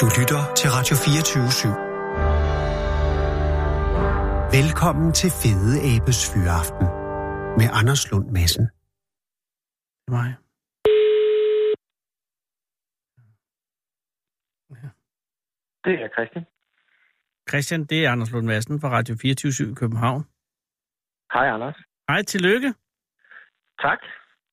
Du lytter til Radio 24 /7. Velkommen til Fede Abes Fyraften med Anders Lund Madsen. Det er mig. Det er Christian. Christian, det er Anders Lund Madsen fra Radio 24 i København. Hej, Anders. Hej, tillykke. Tak.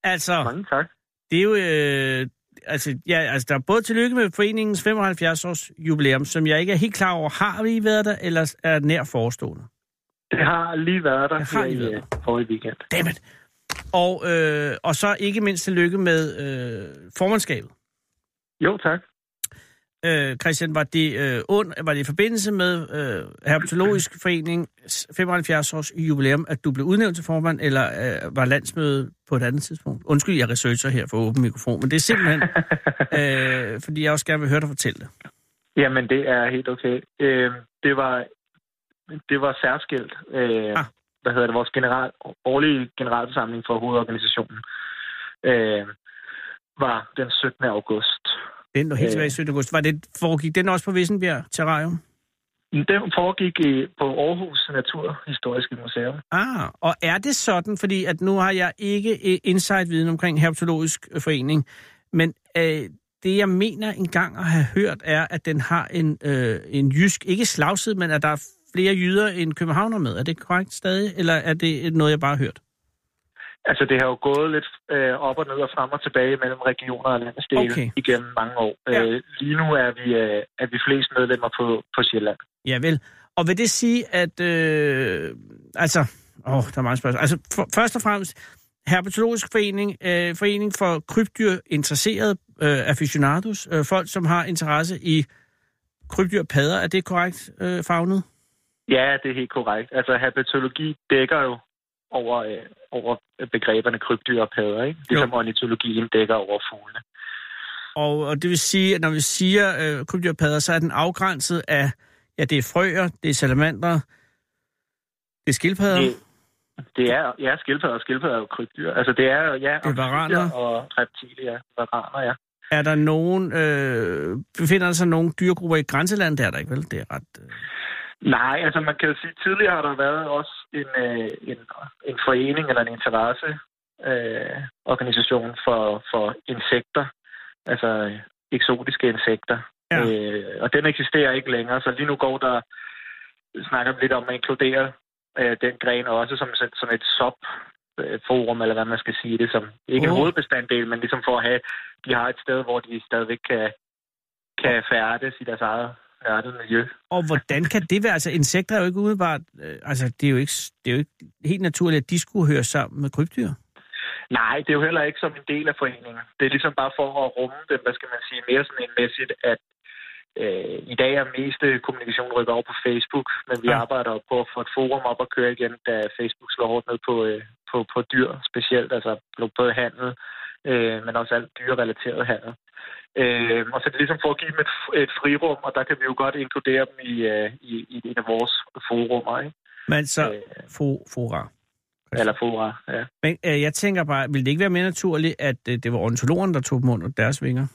Altså, Mange tak. det er jo... Øh, altså, ja, altså, der er både tillykke med foreningens 75-års jubilæum, som jeg ikke er helt klar over, har vi været der, eller er nær forestående? Det har lige været der Det har her lige i været øh, forrige weekend. Dammit. Og, øh, og så ikke mindst tillykke med øh, formandskabet. Jo, tak. Øh, Christian, var det, øh, und, var det i forbindelse med øh, Herpetologisk Forenings 75-års jubilæum, at du blev udnævnt til formand, eller øh, var landsmødet på et andet tidspunkt? Undskyld, jeg researcher her for åben mikrofon, men det er simpelthen, øh, fordi jeg også gerne vil høre dig fortælle det. Jamen, det er helt okay. Øh, det var det var særskilt. Øh, Ah. ah. Hvad hedder det? Vores general, årlige generalforsamling for hovedorganisationen øh, var den 17. august. Den lå helt Øh. tilbage i 17. august. Var det, foregik den også på Vissenbjerg Terrarium? Den foregik i, på Aarhus Naturhistoriske Museum. Ah, og er det sådan, fordi at nu har jeg ikke øh, insight-viden omkring herpetologisk øh, forening, men øh, det jeg mener engang at have hørt er, at den har en, øh, en jysk, ikke slagsid, men at der er flere jyder end københavner med. Er det korrekt stadig, eller er det noget, jeg bare har hørt? Altså, det har jo gået lidt øh, op og ned og frem og tilbage mellem regioner og landsdele Okay. okay. igennem mange år. Ja. Ja. Øh, lige nu er vi, øh, er vi flest medlemmer på, på Sjælland. Ja, vel. Og vil det sige, at... Øh, altså... Åh, der er mange spørgsmål. Altså, for, først og fremmest, Herpetologisk Forening, øh, forening for krybdyr interesserede øh, aficionados, øh, folk, som har interesse i krybdyr padder, er det korrekt øh, fagnet? Ja, det er helt korrekt. Altså, herpetologi dækker jo over, øh, over begreberne krybdyr og padder, ikke? Ligesom jo. ornitologien dækker over fuglene. Og, og det vil sige, at når vi siger øh, krybdyr padder, så er den afgrænset af, ja, det er frøer, det er salamander, det er skildpadder, Det, det er, ja, skildpadder og skildpadder er jo krybdyr. Altså, det er jo, ja, Det er varaner. amfibyer og reptilier, varaner, ja. er der nogen, øh, befinder der sig nogen dyregrupper i grænselandet? Det er der ikke, vel? Det er ret... Øh, Nej, altså man kan jo sige, at tidligere har der været også en, øh, en, en forening eller en interesse øh, organisation for, for insekter, altså øh, eksotiske insekter. Ja. Øh, og den eksisterer ikke længere, så lige nu går der snakker vi lidt om at inkludere øh, den gren også som, som- som et sub øh, forum, eller hvad man skal sige det, som ikke Oh. en hovedbestanddel, men ligesom for at have, de har et sted, hvor de stadigvæk kan, kan færdes i deres eget nørdede miljø. Og hvordan kan det være? Altså, insekter er jo ikke umiddelbart... Øh, altså, det er, jo ikke, det er jo ikke helt naturligt, at de skulle høre sammen med krybdyr. Nej, det er jo heller ikke som en del af foreningen. Det er ligesom bare for at rumme dem, hvad skal man sige, mere sådan en mæssigt, at øh, i dag er meste kommunikation rykket over på Facebook, men vi Ja. ja. arbejder jo på at få et forum op og køre igen, da Facebook slår hårdt ned på, øh, på, på dyr, specielt altså både handel, øh, men også alt dyrerelateret handel. Øh, og så er det ligesom for at give dem et, f- et frirum, og der kan vi jo godt inkludere dem i, øh, i, i en af vores forumer, ikke? Men så... Øh, For, fora. eller fora, ja. Men øh, jeg tænker bare, ville det ikke være mere naturligt, at øh, det var ornitologerne, der tog dem under deres vinger?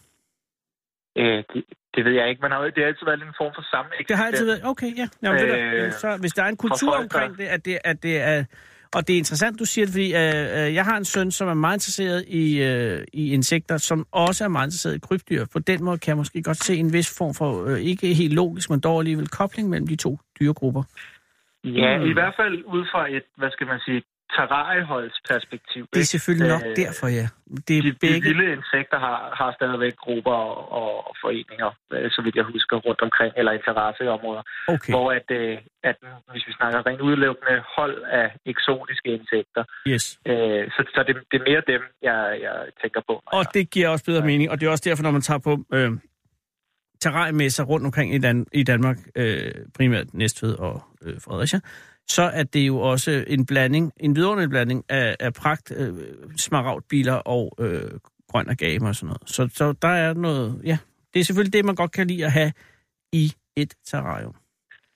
Øh, det, det ved jeg ikke. Man har, jo- det har altid været en form for samme Det har altid været... Okay, ja. Jamen, øh, ved du, øh, Øh, så, hvis der er en kultur folk, der- omkring det, at det, at det er... Og det er interessant, du siger det, fordi øh, øh, jeg har en søn, som er meget interesseret i, øh, i insekter, som også er meget interesseret i krybdyr. På den måde kan jeg måske godt se en vis form for, øh, ikke helt logisk, men dog alligevel kobling mellem de to dyregrupper. Ja, Mm. i hvert fald ud fra et, hvad skal man sige, terrarieholdsperspektiv. Det er ikke? selvfølgelig nok Øh, derfor, ja. Det De, er de begge. vilde insekter har, har stadigvæk grupper og, og foreninger, øh, så vidt jeg husker, rundt omkring, eller interesseområder, okay. Okay, hvor at, øh, at, hvis vi snakker rent udelukkende hold af eksotiske insekter, yes. øh, så, så det, det er mere dem, jeg, jeg tænker på. når Og jeg- det giver også bedre mening, og det er også derfor, når man tager på øh, terrariemesser rundt omkring i, Dan- i Danmark, øh, primært Næstved og øh, Fredericia, så er det jo også en blanding, en vidunderlig blanding af, af pragt, øh, smaragdbiler og øh, grøn og game og sådan noget. Så, så der er noget, ja, det er selvfølgelig det, man godt kan lide at have i et terrarium.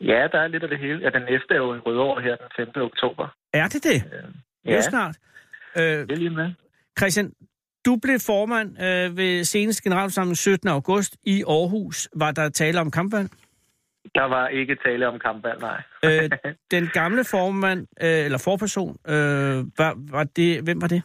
Ja, der er lidt af det hele. Ja, den næste er jo i Rødovre her den 5. oktober. Er det det? Øh, Det er ja, jo snart. Øh, det er lige med. Christian, Du blev formand øh, ved seneste generalforsamling 17. august i Aarhus. Var der tale om kampvalg? Der var ikke tale om kampvalg, nej. Øh, den gamle formand, øh, eller forperson, øh, var, var det, hvem var det?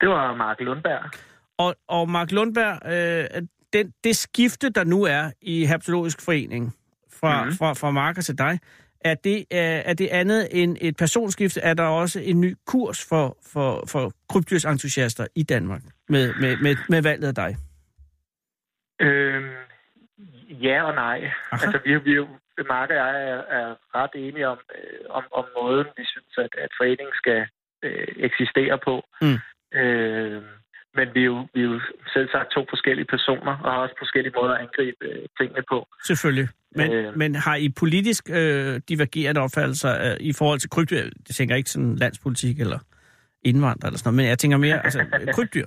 Det var Mark Lundberg. Og, og Mark Lundberg, øh, den, det skifte, der nu er i Herpetologisk Forening, fra, mm. fra, fra Marker til dig, er det, øh, er, er det andet end et personskifte? Er der også en ny kurs for, for, for krybdyrsentusiaster i Danmark med, med, med, med valget af dig? Øhm, ja og nej. Aha. Altså, vi, vi, er jo- Mark og jeg er, er ret enige om, øh, om, om måden, vi synes, at, at foreningen skal øh, eksistere på. Mm. Øh, men vi er, jo, vi er jo selv sagt to forskellige personer, og har også forskellige måder at angribe øh, tingene på. Selvfølgelig. Men, øh. Øh. men har I politisk øh, divergerende opfattelser øh, i forhold til krybdyr? Det tænker jeg ikke sådan landspolitik eller indvandrere eller sådan noget, men jeg tænker mere altså, øh, krybdyr.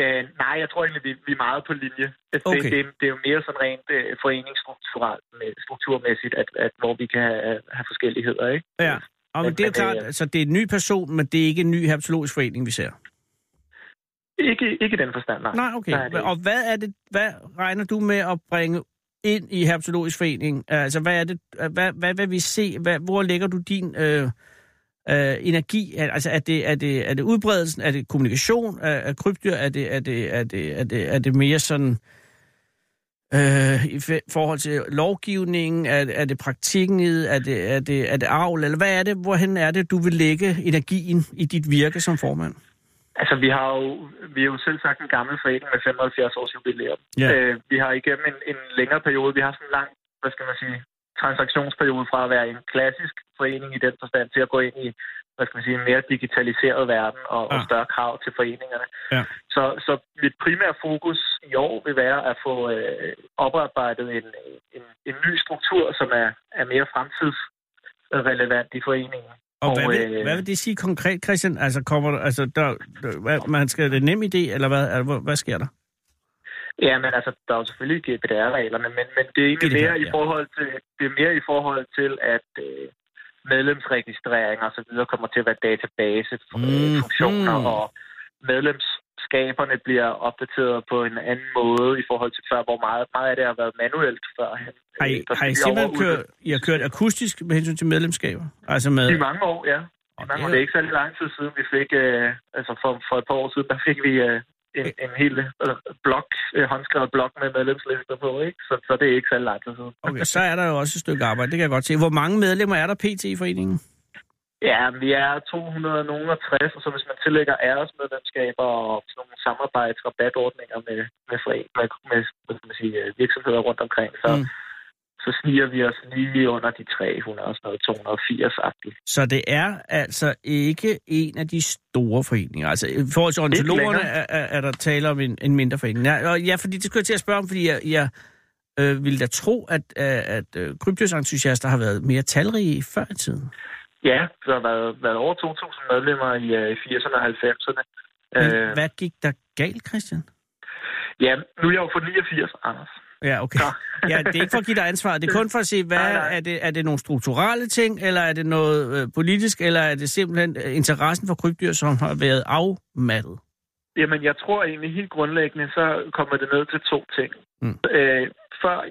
Øh, nej, jeg tror egentlig, vi, vi er meget på linje. Altså, Okay. Det, det, det er jo mere sådan rent øh, foreningsstrukturelt, med- strukturmæssigt, at, at, hvor vi kan have, have forskelligheder, ikke? Ja. Og men det er jo Men, øh, klart, altså, det er en ny person, men det er ikke en ny herpetologisk forening, vi ser. Ikke, ikke i den forstand, nej. Nej, okay. der er det ikke. Og hvad er det, hvad regner du med at bringe ind i herpetologisk forening? Altså, hvad er det, hvad, hvad vil vi se? Hvad, hvor lægger du din øh, øh, energi? Er- Altså, er det, er, det, er det udbredelsen? Er det kommunikation af, af krybdyr? Er det, er, det, er, det, er, det, er det mere sådan... Øh, I fe- forhold til lovgivningen, er, er det praktikken, i det? er det, er, det, er det avl, eller hvad er det, hvorhen er det, du vil lægge energien i dit virke som formand? Altså, vi har jo, vi er jo selv sagt en gammel forening med 75 års jubilæum. Ja. Øh, vi har igennem en, en længere periode, vi har sådan en lang, hvad skal man sige, transaktionsperiode fra at være en klassisk forening i den forstand til at gå ind i, hvad skal man sige, en mere digitaliseret verden og, ja. og Ja. større krav til foreningerne. Ah. Ja. Så, så mit primære fokus i år vil være at få øh, oparbejdet en, en, en ny struktur, som er, er mere fremtidsrelevant i foreningen. Og, og Og, hvad, vil, øh, hvad vil det sige konkret, Christian? Altså, kommer der, altså, der, der hvad, man skal, er det en nem idé, eller hvad, altså, hvad, hvad sker der? Ja, men altså, der er jo selvfølgelig GDPR-reglerne, men, men det er egentlig GDPR, mere i ja. forhold til, det er mere i forhold til, at øh, medlemsregistrering og så videre kommer til at være Mhm. databasefunktioner, mm. og medlemskaberne bliver opdateret på en anden måde i forhold til før, hvor meget, meget af det har været manuelt Øh, før. Har I, har I simpelthen kørt, I har kørt akustisk med hensyn til medlemskaber? Altså med, I mange år, ja. I mange år. Det er ikke særlig lang tid siden, vi fik, øh, altså for, for et par år siden, der fik vi øh, en, en hel øh, blok, øh, håndskrevet blok med medlemslister på, ikke? Så, så det er ikke særlig lang tid siden. okay, så er der jo også et stykke arbejde, det kan jeg godt se. Hvor mange medlemmer er der pt. i foreningen? Ja, vi er 260, og så hvis man tillægger æresmedlemskaber og sådan nogle samarbejdsrabatordninger med, med, foren- med, med, hvad skal man sige, øh, virksomheder rundt omkring, så, Mm. mm. så sniger vi os lige under de 300 og sådan noget, 280-agtigt. Så det er altså ikke en af de store foreninger. Altså i forhold til ornitologerne længere. er, er, er der tale om en, en mindre forening. Ja, og ja, fordi det skulle jeg til at spørge om, fordi jeg, jeg øh, ville da tro, at, øh, at øh, krybdyrsentusiaster har været mere talrige før i tiden. Ja, der har været, været over 2.000 medlemmer i øh, 80'erne og 90'erne. Men Øh, hvad gik der galt, Christian? ja, nu er jeg jo for 89, Anders. Ja, okay. Nå. ja, det er ikke for at give dig ansvar. Det er kun for at se, hvad Nej, nej. er det? Er det nogle strukturelle ting, eller er det noget øh, politisk, eller er det simpelthen øh, interessen for krybdyr, som har været afmattet? Jamen, jeg tror egentlig helt grundlæggende, så kommer det ned til to ting. Mm. Øh, før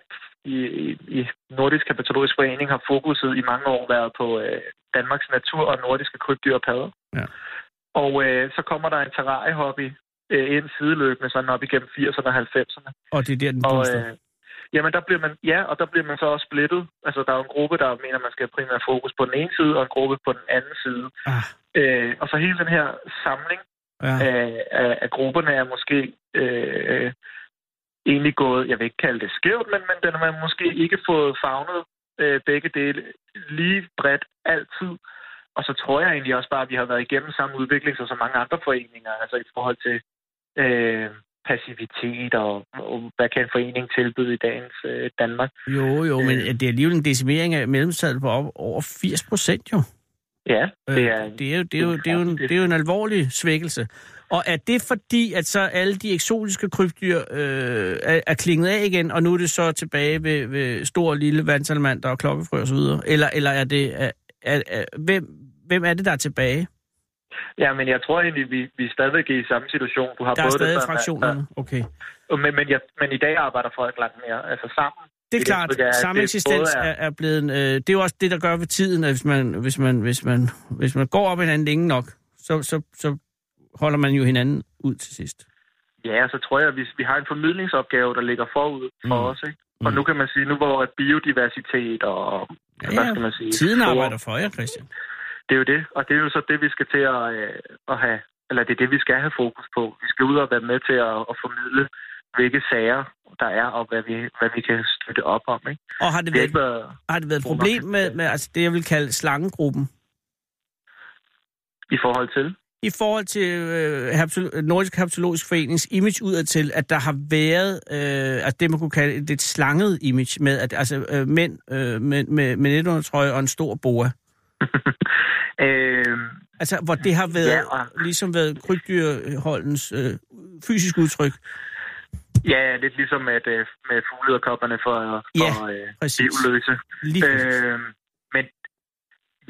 i, i- i Nordisk Herpetologisk Forening har fokuset i mange år været på øh, Danmarks natur og nordiske krybdyr og padder. Ja. Og øh, så kommer der en terrariehobby øh, ind sideløbende sådan op igennem 80'erne og 90'erne. Og det er der, den Og, booster. øh, jamen, der bliver man, ja, og der bliver man så også splittet. Altså, der er jo en gruppe, der mener, man skal have primært fokus på den ene side, og en gruppe på den anden side. ah, Øh, og så hele den her samling ja. af, af, af grupperne er måske øh, egentlig gået, jeg vil ikke kalde det skævt, men, men den har man måske ikke fået fagnet øh, begge dele lige bredt altid. Og så tror jeg egentlig også bare, at vi har været igennem samme udvikling som så mange andre foreninger, altså i forhold til øh, passivitet og, og hvad kan en forening tilbyde i dagens øh, Danmark. Jo, jo, øh. men det er alligevel en decimering af medlemstallet på op, over 80 procent jo. Ja, det Øh, er, det, er jo, det, er jo, det, er jo en, kraftigt. det er jo en alvorlig svækkelse. Og er det fordi, at så alle de eksotiske krybdyr øh, er, er klinget af igen, og nu er det så tilbage ved, ved stor og lille vandsalmander og klokkefrø osv.? Eller, eller er det... Er, er, er, hvem, hvem er det, der er tilbage? Ja, men jeg tror egentlig, vi, vi stadigvæk er i samme situation. Du har Der er både stadig det, som fraktionerne. Okay. Er, men, men, jeg, men i dag arbejder folk langt mere altså sammen. Det er Det klart, indtryk er, at det samexistens både er, er- er blevet... en, Øh, det er jo også det, der gør ved tiden, at hvis man, hvis man, hvis man, hvis man går op ad hinanden længe nok, så, så, så holder man jo hinanden ud til sidst. Ja, så tror jeg, at vi, vi har en formidlingsopgave, der ligger forud for Mm. mm. os. Ikke? Og Mm. nu kan man sige, nu hvor at biodiversitet og... Ja, hvad ja. skal man sige? Tiden store- arbejder for jer, Christian. Det er jo det, og det er jo så det, vi skal til at, øh, at have, eller det er det, vi skal have fokus på. Vi skal ud og være med til at, at formidle, hvilke sager der er, og hvad vi, hvad vi kan støtte op om. Ikke? Og har det Det er været, ikke været, har det været et problem med, med altså det, jeg vil kalde slangegruppen? i forhold til. i forhold til øh, herpetolo- Nordisk Herpetologisk Forenings image udadtil, at der har været øh, altså det, man kunne kalde et lidt slanget image med, at altså, øh, mænd øh, med, med, med netundertrøje og en stor boa. Øh, Altså, hvor det har været, Ja, ja. og- ligesom været krybdyrholdens øh, fysisk udtryk. ja, lidt ligesom at, øh, med fuglederkopperne for, Ja, for øh, præcis. livløse. Lige øh, Øh, men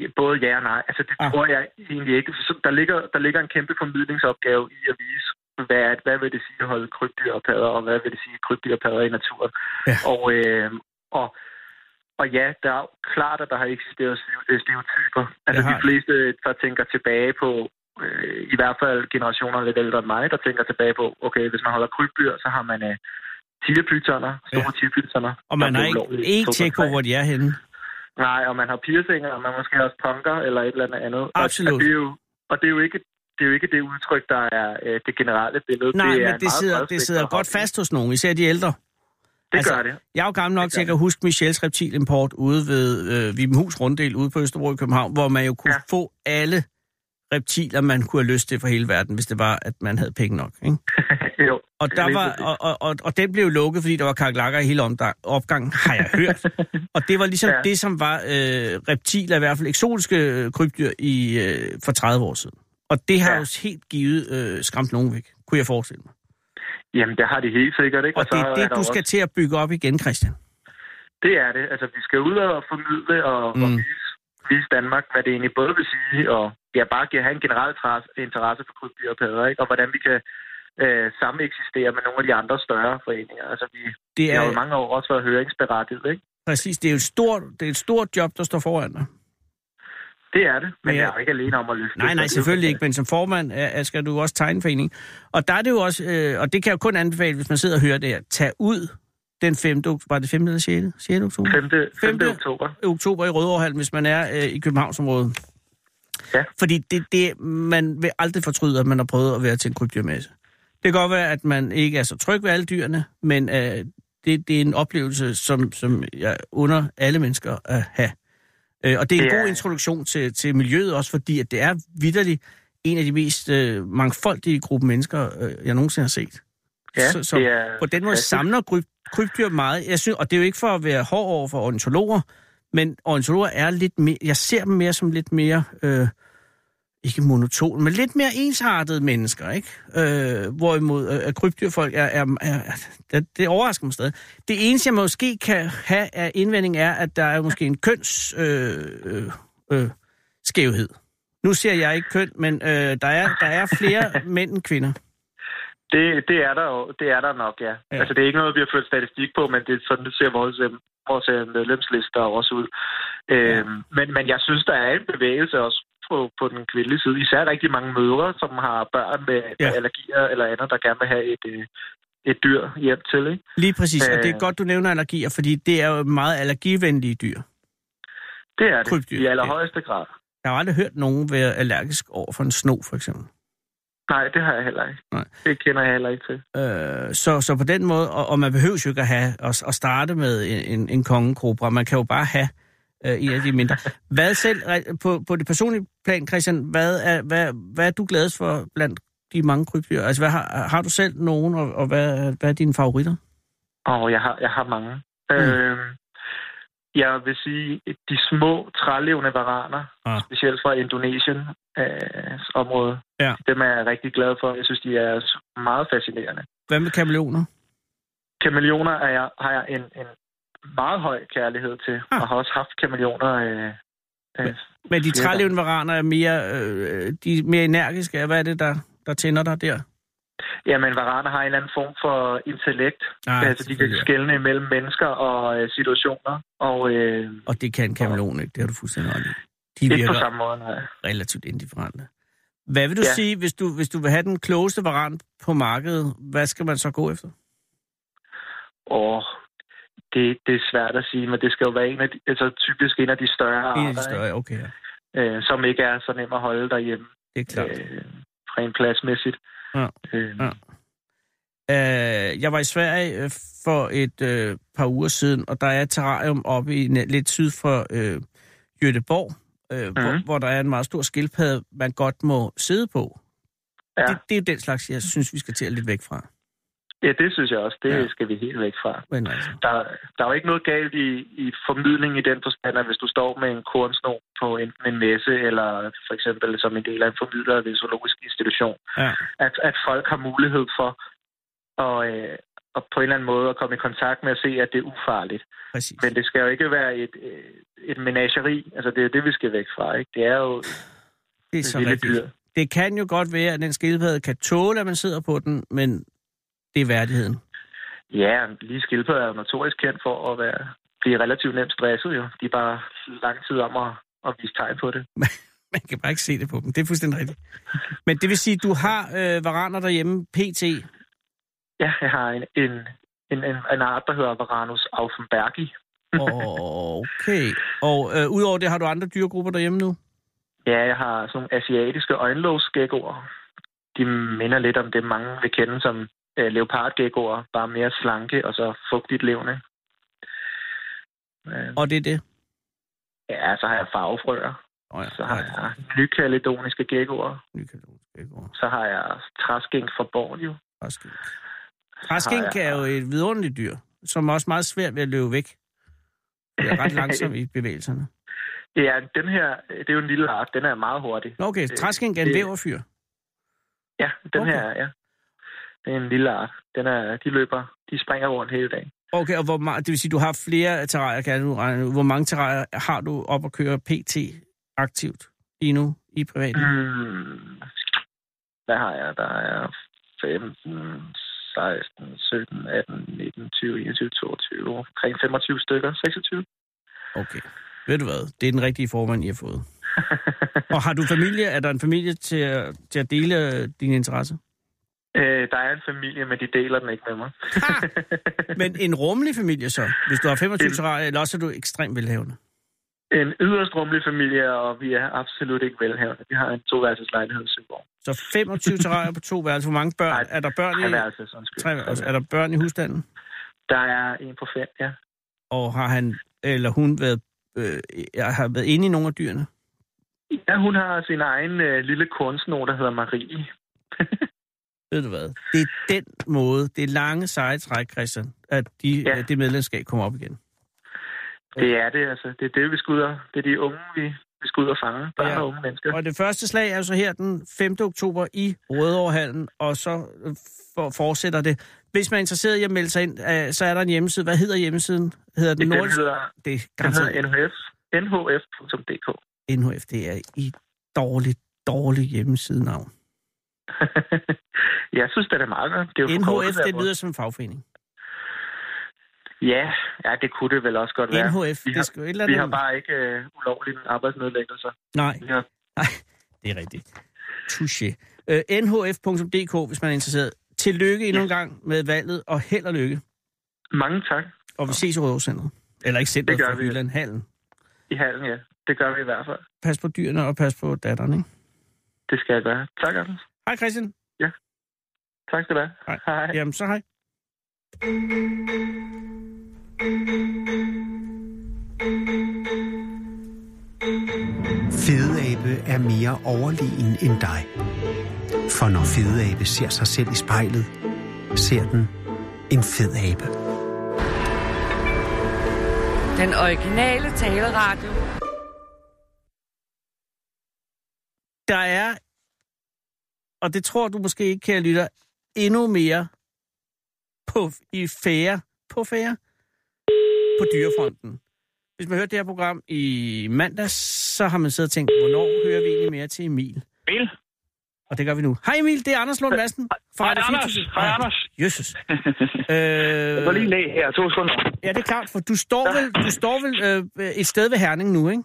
ja, både ja og nej. Altså, det Ah. ah. tror jeg egentlig ikke. Så der ligger, der ligger en kæmpe formidlingsopgave i at vise, hvad, er- hvad vil det sige at holde krybdyr og padder, og hvad vil det sige krybdyr og padder i naturen. Ja. Og, øh, og, og ja, der er jo klart, at der har eksisteret stereo- øh, stereotyper. Altså, Det har de fleste, der tænker tilbage på øh, i hvert fald generationer lidt ældre end mig, der tænker tilbage på, okay, hvis man holder krybdyr, så har man øh, tigerpytoner, store ja. tigerpytoner. og man der har blev ikke, ulovlige i ikke tjek på, 2003. hvor de er henne. Nej, og man har piercinger, og man måske også punker eller et eller andet andet. Og- Absolut. Og det er jo, og det, er jo ikke, det er jo ikke det udtryk, der er øh, det generelle billede. Nej, det er det en men det meget sidder, det bredspektret sidder godt holdning. fast hos nogen, især de ældre. Det Altså, altså, gør det. Jeg er jo gammel nok Det til gør at kan huske Michels reptilimport ude ved øh, Vibenhus Runddel ude på Østerbro i København, hvor man jo kunne ja. Ja. få alle reptiler, man kunne have lyst til fra hele verden, hvis det var, at man havde penge nok. Ikke? jo, Og, det er der lige var, præcis. og, og, og, og den blev jo lukket, fordi der var kakelakker i hele omgang, opgangen, har jeg hørt. og det var ligesom ja. Ja. det, som var øh, reptiler, i hvert fald eksotiske øh, krybdyr i, øh, for 30 år siden. Og det har ja. Ja. jo helt givet øh, skræmt nogen væk, kunne jeg forestille mig. Jamen, det har de helt sikkert, ikke? Og, og det er det, der du jo skal til at bygge op igen, Christian. Det er det. Altså, vi skal ud og formidle og, mm. og Mm. vise, vise Danmark, hvad det egentlig både vil sige, og ja, bare give- have en generel tra- interesse for krybdyr og padder, ikke? Og hvordan vi kan øh, sameksistere med nogle af de andre større foreninger. Altså, vi, vi Det har jo er, i mange år også været høringsberettiget, ikke? Præcis, det er jo et stort, det er et stort job, der står foran dig. Det er det, men, Men men jeg jeg- er jo ikke alene om at løfte Nej, det. nej, selvfølgelig ikke, men som formand er- er- skal du også tegne foreningen. Og der er det jo også, øh, og det kan jeg kun anbefale, hvis man sidder og hører det her, tag ud den 5. ok- var det 5. eller 6. 6. oktober? 5. 5. Femte- oktober. oktober i Rødovrehallen, hvis man er øh, i Københavnsområdet. Ja. Fordi det, det, man vil aldrig fortryde, at man har prøvet at være til en krybdyrmasse. Det kan godt være, at man ikke er så tryg ved alle dyrene, men øh, det, det er en oplevelse, som, som jeg under alle mennesker at have. Øh, og det er en Det er- god introduktion til, til miljøet også, fordi at det er vidderligt en af de mest øh, mangfoldige gruppe mennesker, øh, jeg nogensinde har set. Ja, Så- så det er, På den måde fantastisk. samler kryb, krybdyr meget. Jeg synes, og det er jo ikke for at være hård over for ornitologer, men ornitologer er lidt mere... Jeg ser dem mere som lidt mere... Øh, ikke monoton, men lidt mere ensartede mennesker, ikke? Øh, hvorimod øh, at krybdyrfolk er... er, er det, det overrasker mig stadig. Det eneste, jeg måske kan have af indvending, er, at der er måske en køns... Øh, øh, øh, skævhed. Nu ser jeg ikke køn, men øh, der, er, der er flere mænd end kvinder. det, det, er der jo, det er der nok, ja. Ja. ja. Altså, det er ikke noget, vi har ført statistik på, men det er sådan, det ser vores, øh, vores øh, medlemslister også ud. Øhm, men, men jeg synes, der er en bevægelse også på, på den kvindelige side. Især rigtig mange mødre, som har børn med, ja. med Ja. allergier eller andet, der gerne vil have et, øh, et dyr hjem til, ikke? Lige præcis, og det er Øh. godt, du nævner allergier, fordi det er jo meget allergivenlige dyr. Det er det, Krybdyr, i ja. allerhøjeste grad. Jeg har aldrig hørt nogen være allergisk over for en sno, for eksempel. Nej, det har jeg heller ikke. Nej. Det kender jeg heller ikke til. Øh, så, så på den måde, og, og man behøver jo ikke at, have, at, at starte med en, en, en kongekobra, man kan jo bare have øh, en af de mindre. Hvad selv, re- på, på det personlige plan, Christian, hvad er, hvad, hvad er du gladest for blandt de mange krybdyr? Altså, hvad har, har du selv nogen, og, og hvad, er- hvad er dine favoritter? Åh, jeg har, jeg har mange. Mm. Mm. Øh, jeg vil sige, at de små trælevende varaner, Ah. ah. specielt fra Indonesien øh, område, Ja. dem er jeg rigtig glad for. Jeg synes, de er s- meget fascinerende. Hvad med kameleoner? Kameleoner er jeg, har jeg en, en meget høj kærlighed til, Ah. ah. og har også haft kameleoner øh, Øh, Men de flere trælevende varaner er mere, øh, de er mere energiske. Hvad er det, der, der tænder dig der? Jamen, varaner har en eller anden form for intellekt. Ah, Ah, altså, de kan selvfølgelig, ja. skelne imellem mennesker og øh, situationer. Og øh, Og det kan en kameleon ikke, det har du fuldstændig ret i. De ikke på virker samme måde, nej. relativt indifferente. Hvad vil du ja. Ja. sige, hvis du, hvis du vil have den klogeste varan på markedet, hvad skal man så gå efter? Og det, det er svært at sige, men det skal jo være en af de, altså, typisk en af de større Det er arter, de større, okay, ja. ikke? Øh, som ikke er så nem at holde derhjemme Det er klart. øh, rent pladsmæssigt. Ja. Øh, Ja. Øh, jeg var i Sverige øh, for et øh, par uger siden, og der er et terrarium oppe i, næ- lidt syd for øh, Göteborg, øh, mm. hvor, Mhm. hvor der er en meget stor skildpadde, man godt må sidde på. Ja. Det, det er jo den slags, jeg synes, vi skal til at lidt væk fra. ja, det synes jeg også. Det Ja. ja. skal vi helt væk fra. Men altså, der, der er jo ikke noget galt i, i formidlingen i den forstand, at hvis du står med en kornsno på enten en messe eller for eksempel som en del af en formidler ved en zoologisk institution, ja. at, at folk har mulighed for at, øh, at på en eller anden måde at komme i kontakt med at se, at det er ufarligt. Præcis. Men det skal jo ikke være et, øh, et menageri. Altså, det er jo det, vi skal væk fra, ikke? Det er jo det er et så lille rigtigt. dyr. Det kan jo godt være, at den skildpadde kan tåle, at man sidder på den, men det er værdigheden. Ja, lige skildpadder er jo notorisk kendt for at være, blive relativt nemt stresset, jo. De er bare lang tid om at, at vise tegn på det. Man kan bare ikke se det på dem. Det er fuldstændig rigtigt. Men det vil sige, at du har øh, varaner derhjemme, pt. Ja, jeg har en, en, en, en, en art, der hedder Varanus Aufenbergi. Okay. Og øh, udover det, har du andre dyregrupper derhjemme nu? Ja, jeg har sådan nogle asiatiske øjenlågsgeckoer. De minder lidt om det, mange vil kende som øh, leopardgeckoer, bare mere slanke og så fugtigt levende. Øh, Og det er det. ja, så har jeg farvefrøer, Oh, ja. så har jeg nykaledoniske geckoer, så har jeg træskink fra Borneo. Græskink. Græskink er jo et vidunderligt dyr, som er også meget svært ved at løbe væk. Det er ret langsom i bevægelserne. Ja, den her, det er jo en lille art, den er meget hurtig. Okay, træskink er en Det- væverfyr. Ja, Okay. den okay. her, ja. Det er en lille art. Den er, de løber, de springer rundt hele dagen. Okay, og hvor meget, det vil sige, du har flere terrarier, kan jeg nu regne ud. Hvor mange terrarier har du op at køre PT aktivt lige nu i privat? Mm. Hmm. Hvad har jeg? Der er 15, 16, 17, 18, 19, 20, 21, 22, omkring 25 stykker, 26. Okay. Ved du hvad? Det er den rigtige formand, I har fået. og har du familie? Er der en familie til, at- til at dele øh, dine interesser? Øh, der er en familie, men de deler den ikke med mig. Ha! Men en rummelig familie så, hvis du har 25 Det- terrarier, eller også er du ekstremt velhavende. En yderst rummelig familie, og vi er absolut ikke velhavende. Vi har en toværelseslejlighed i Søborg. Så 25 terrarier på to værelser. Hvor mange børn? Nej, er der børn i, Tre værelses, undskyld. tre, altså, Tre er der børn i husstanden? Der er en på fem, ja. Og har han eller hun været, øh, har været inde i nogle af dyrene? ja hun har sin egen øh, lille kornsnor, der hedder Marie. Ved du hvad? Det er den måde, det er lange seje træk, Christian, at de, Ja. ja. det medlemskab kommer op igen. Det er det, altså. Det er det, vi skal ud og, det er de unge, vi, vi skal ud og fange. Bare Ja. ja. unge mennesker. Og det første slag er jo så her den 5. oktober i Rødovrehallen, og så øh, for, fortsætter det. Hvis man er interesseret i at melde sig ind, øh, så er der en hjemmeside. Hvad hedder hjemmesiden? Hedder den Den Nordisk? hedder, Det er den hedder garanteret NHF. nhf.dk. NHF. Det er i dårligt, dårligt hjemmesidenavn. jeg synes, det er meget godt. Det er jo NHF, forkortet det derfor. lyder som en fagforening. Ja, ja, det kunne det vel også godt være. NHF, Vi det har- skal jo et eller Vi har andet... bare ikke øh, ulovlige arbejdsnedlæggelser. Nej, Vi har, Det er rigtigt. Touché. Øh, nhf.dk, hvis man er interesseret. Tillykke endnu en gang med valget, og held og lykke. mange tak Og vi ses i Rødovrecenteret. Eller ikke centret Det gør for vi. Jylland, Hallen. i halen, ja. Det gør vi i hvert fald. Pas på dyrene og pas på datteren, ikke? Det skal jeg gøre. Tak, Anders. Hej Christian. Tak skal du have. Hej. Hej. Jamen, så hej. Fedeabe er mere overlegen end dig. For når fedeabe ser sig selv i spejlet, ser den en fed abe. Den originale taleradio. Der er, og det tror du måske ikke, kære lytter, endnu mere på, i fære, på fære, på dyrefronten. hvis man hørte det her program i mandags, så har man siddet og tænkt, hvornår hører vi egentlig mere til Emil? Emil? Og det gør vi nu. Hej Emil, det er Anders Lund Madsen. fra Hej, Radio Anders. 24syv. Hej, Hej. Anders. Jesus. Jeg går Øh, lige ned her. To sekunder. ja, det er klart, for du står vel, du står vel øh, et sted ved Herning nu, ikke?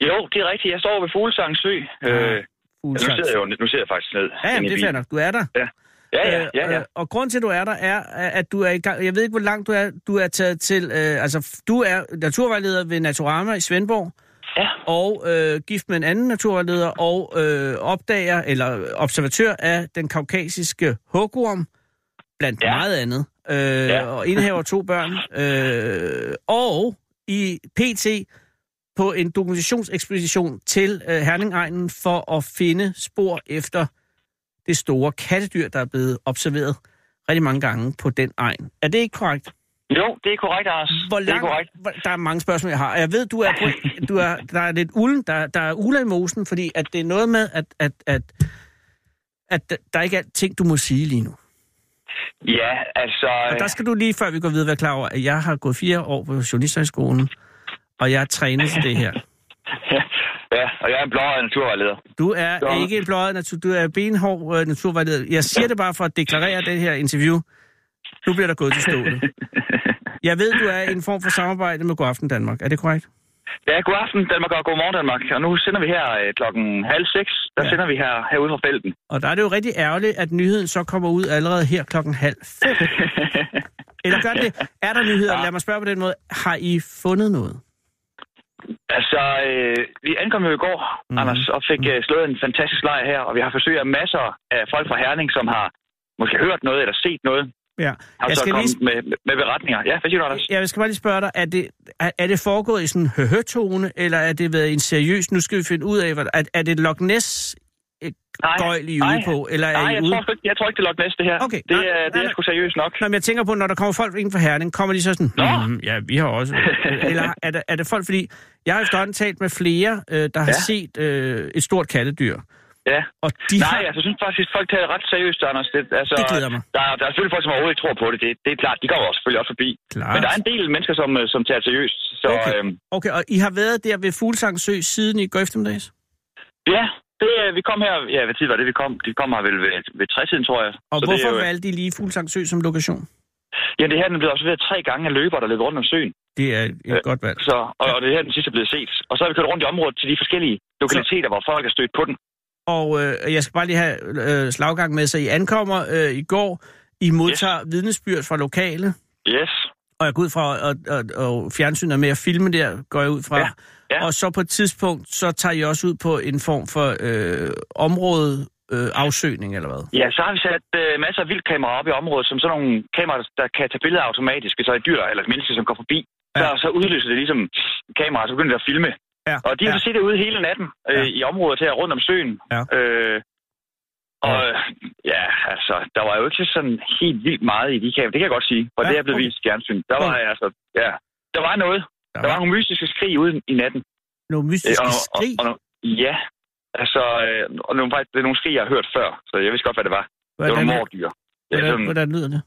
Jo, det er rigtigt. Jeg står ved Fuglsang Sø. Øh, nu, Fuglsang. sidder jeg jo, nu sidder jeg faktisk ned. Ah, Ja, jamen, det er fair nok. Du er der. Ja, ja, ja. Øh, ja. øh, og grund til, at du er der, er, at du er i gang... Jeg ved ikke, hvor langt du er. Du er taget til... Øh, altså, du er naturvejleder ved Naturama i Svendborg. Ja. Og øh, gift med en anden naturvejleder og øh, opdager, eller observatør af den kaukasiske hugorm, blandt ja. Ja. meget andet. Øh, ja. Ja. Og indhaver to børn. Øh, og i PT på en dokumentationsekspedition til øh, Herningegnen for at finde spor efter det store kattedyr, der er blevet observeret rigtig mange gange på den egen. Er det ikke korrekt? Jo, det er korrekt, Anders. Hvor Det er langt, korrekt. hvor, der er mange spørgsmål, jeg har. Og Jeg ved, du er, på, du er, der er lidt ulden, der, der er uler i mosen, fordi at det er noget med, at, at, at, at der ikke er ting, du må sige lige nu. Ja, altså... Og der skal du lige, før vi går videre, være klar over, at jeg har gået fire år på journalisterskolen, og jeg er trænet til det her. Ja, og jeg er en blåøjet naturvejleder. Du er Så- ikke en bløjet natur, du er benhård øh, naturvejleder. Jeg siger det bare for at deklarere det her interview. Nu bliver der gået til stålet. Jeg ved, du er i en form for samarbejde med Godaften Danmark. Er det korrekt? Ja, god aften Danmark og god morgen Danmark. Og nu sender vi her øh, klokken halv seks. Der Ja. ja. sender vi her herude fra felten. Og der er det jo rigtig ærgerligt, at nyheden så kommer ud allerede her klokken halv fem. Eller gør den det? Er der nyheder? Lad mig spørge på den måde. Har I fundet noget? altså, øh, vi ankom jo i går, Mhm. mm. Anders, og fik øh, slået en fantastisk lejr her. Og vi har forsøgt af masser af folk fra Herning, som har måske hørt noget eller set noget. Ja. Har Jeg så skal, kommet lige, med, med, med beretninger. Ja, hvad siger du, Anders? jeg skal bare lige spørge dig, er det, er, er det foregået i sådan en høhø-tone, eller er det været en seriøs, nu skal vi finde ud af, hvad, er, er det Loch Ness Nej, gøjl I er nej. ude på, eller er Nej, I jeg ude? tror, sgu ikke, jeg tror ikke, det er Loch Ness, det her. Okay, Det, nej, er, det nej, er nej. sgu seriøst nok. Nå, men jeg tænker på, når der kommer folk ind fra Herning, kommer de så sådan, Nå. mm, ja, vi har også... Eller er det, er det folk, fordi jeg har efterhånden talt med flere, øh, der har Ja. set øh, et stort kattedyr, Ja. og de Nej, har... altså, jeg synes faktisk, folk tager det ret seriøst, Anders. Det, altså, Det glæder mig. Der, er- der er selvfølgelig folk, som overhovedet ikke tror på det. det. Det er klart, de kommer også selvfølgelig også forbi. Klart. Men der er en del mennesker, som, øh, som tager det seriøst. Så Ah. Okay. okay. øhm, Okay, og I har været der ved Fuglsang Sø siden i går eftermiddags? ja, det, øh, vi kom her... Ja, hvad tid var det, vi kom? De kom her vel ved, ved 60-tiden, tror jeg. Og så hvorfor det, er jo- valgte I lige Fuglsang Sø som lokation? Ja, det her den blev observeret tre gange af løbere, der løber rundt om søen. Det er et Øh, godt valg. Så, og, og det her den sidste er blevet set. Og så har vi kørt rundt i området til de forskellige lokaliteter, hvor folk er stødt på den. Og øh, jeg skal bare lige have øh, slaggang med, så I ankommer øh, i går. I modtager yes. vidnesbyrd fra lokale, Yes. og jeg går ud fra, og, og, og fjernsynet er med at filme der, går jeg ud fra. Ja, ja. Og så på et tidspunkt, så tager I også ud på en form for øh, område øh, afsøgning, eller hvad? Ja, så har vi sat øh, masser af vildkameraer op i området, som sådan nogle kameraer, der kan tage billeder automatisk, hvis der er dyr eller mennesker, som går forbi. Ja. Ja. Så, så udløser det ligesom kameraer, så begynder det at filme. Ja, Og de har ja. ja. så siddet ude hele natten øh, Ja. ja. i området her rundt om søen. Ja. Øh, og øh, ja, altså, der var jo ikke sådan helt vildt meget i de kameraer, det kan jeg godt sige, for Ja, ja, det er blevet okay. vist i fjernsyn. Der var Okay. altså, ja, der var noget. Der, var nogle mystiske skrig ude i natten. Øh, Nogle mystiske og, og, skrig. og, og, ja, altså, øh, og nogle, faktisk- det er nogle skrig, jeg har hørt før, så jeg vidste godt, hvad det var. Det var hvordan, nogle mordyr. Ja, hvordan, sådan, hvordan lyder det?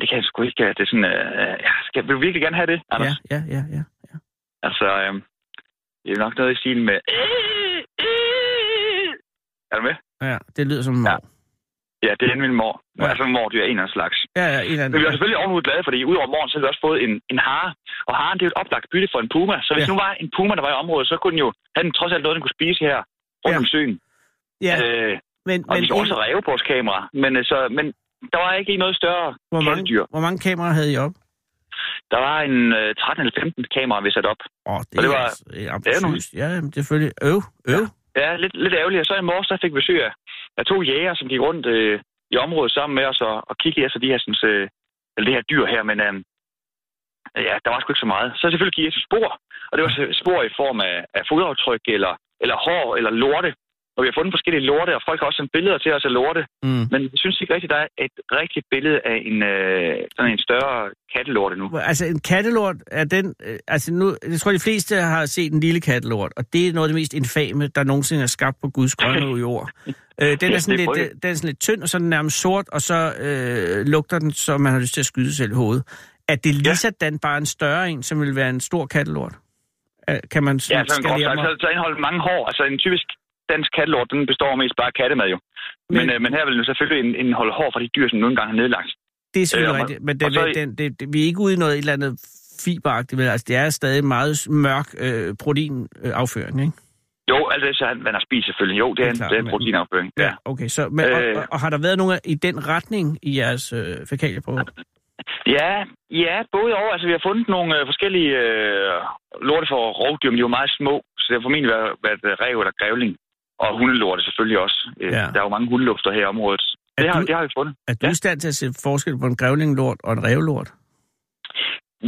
det kan jeg sgu ikke. Det er sådan, øh, ja, skal, vil du virkelig gerne have det, Anders? Ja, ja, ja, ja. Altså, øh, det er nok noget i stil med... Er du med? Ja, det lyder som en Ja. mor. Ja, det er min mor. Ja. Ja. Altså, en mor, det er en af en slags. Ja, ja, en eller Men vi er anden. selvfølgelig ovenud glade, fordi udover morgen, så har vi også fået en, en hare. Og haren, det er jo et oplagt bytte for en puma. Så hvis Ja. ja. nu var en puma, der var i området, så kunne den jo have den trods alt noget, den kunne spise her rundt Ja. ja. om søen. Ja, Øh, men, og men, vi så også ræve på vores kamera. Men, øh, så, men der var ikke noget større hvor, kæledyr. mange, hvor mange kameraer havde I op? Der var en øh, 13 eller 15 kameraer, vi satte op. Åh, Og det det var var- altså, øh, det er nu- ambitiøst. Ja, jamen, det er selvfølgelig. Øv, øv. Ja, lidt, lidt ærgerligt. Og så i morges, der fik vi besøg af- af to jæger, som gik rundt øh, i området sammen med os og, og kiggede efter de her, synes, øh, eller det her dyr her, men øh, ja, der var sgu ikke så meget. Så selvfølgelig gik jeg til spor, og det var så spor i form af, af fodaftryk eller, eller hår eller lorte. Og vi har fundet forskellige lorte, og folk har også sendt billeder til os af lorte. Mm. Men vi synes ikke rigtigt, der er et rigtigt billede af en, øh, sådan en større kattelorte nu. Altså, en kattelort er den... Øh, altså, nu, jeg tror, de fleste har set en lille kattelort, og det er noget af det mest infame, der nogensinde er skabt på Guds grønne jord. Øh, den, er Ja, sådan det er lidt, øh, frygteligt. den er sådan lidt tynd, og så er den nærmest sort, og så øh, lugter den, så man har lyst til at skyde sig selv i hovedet. Er det lige sådan bare en større en, som vil være en stor kattelort? Øh, Kan man Ja, ja, sådan kort skalere sagt, så, mig? så indeholder den mange hår. Altså en typisk dansk kattelort, den består mest bare af kattemad jo. Men, men, Men- øh, men her vil den jo selvfølgelig ind- indeholde hår fra de dyr, som den nu engang har nedlagt. Det er selvfølgelig Øh, og- rigtigt, men det, og så- så... den, det, det, vi er ikke ude i noget et eller andet fiberagtigt. vel? Altså, det er stadig meget mørk øh, proteinafføring, ikke? Jo, alt det, så han, man har spist selvfølgelig. Jo, det er, Det er en, klart, det er en men- proteinafføring. Ja. Okay, så, men, øh... Øh. og, og, og, har der været nogen i den retning i jeres øh, fækalieprøver? Ja, ja, både og. Altså, vi har fundet nogle øh, forskellige øh, lorte for rovdyr, men de er jo meget små, så det har formentlig været, været øh, rev eller grævling. Og hundelorte selvfølgelig også. Øh, Ja. Der er jo mange hundelufter her i området. Er Det har, du- det har vi fundet. Er du Ja. i stand til at se forskel på en grævlinglort og en revlort?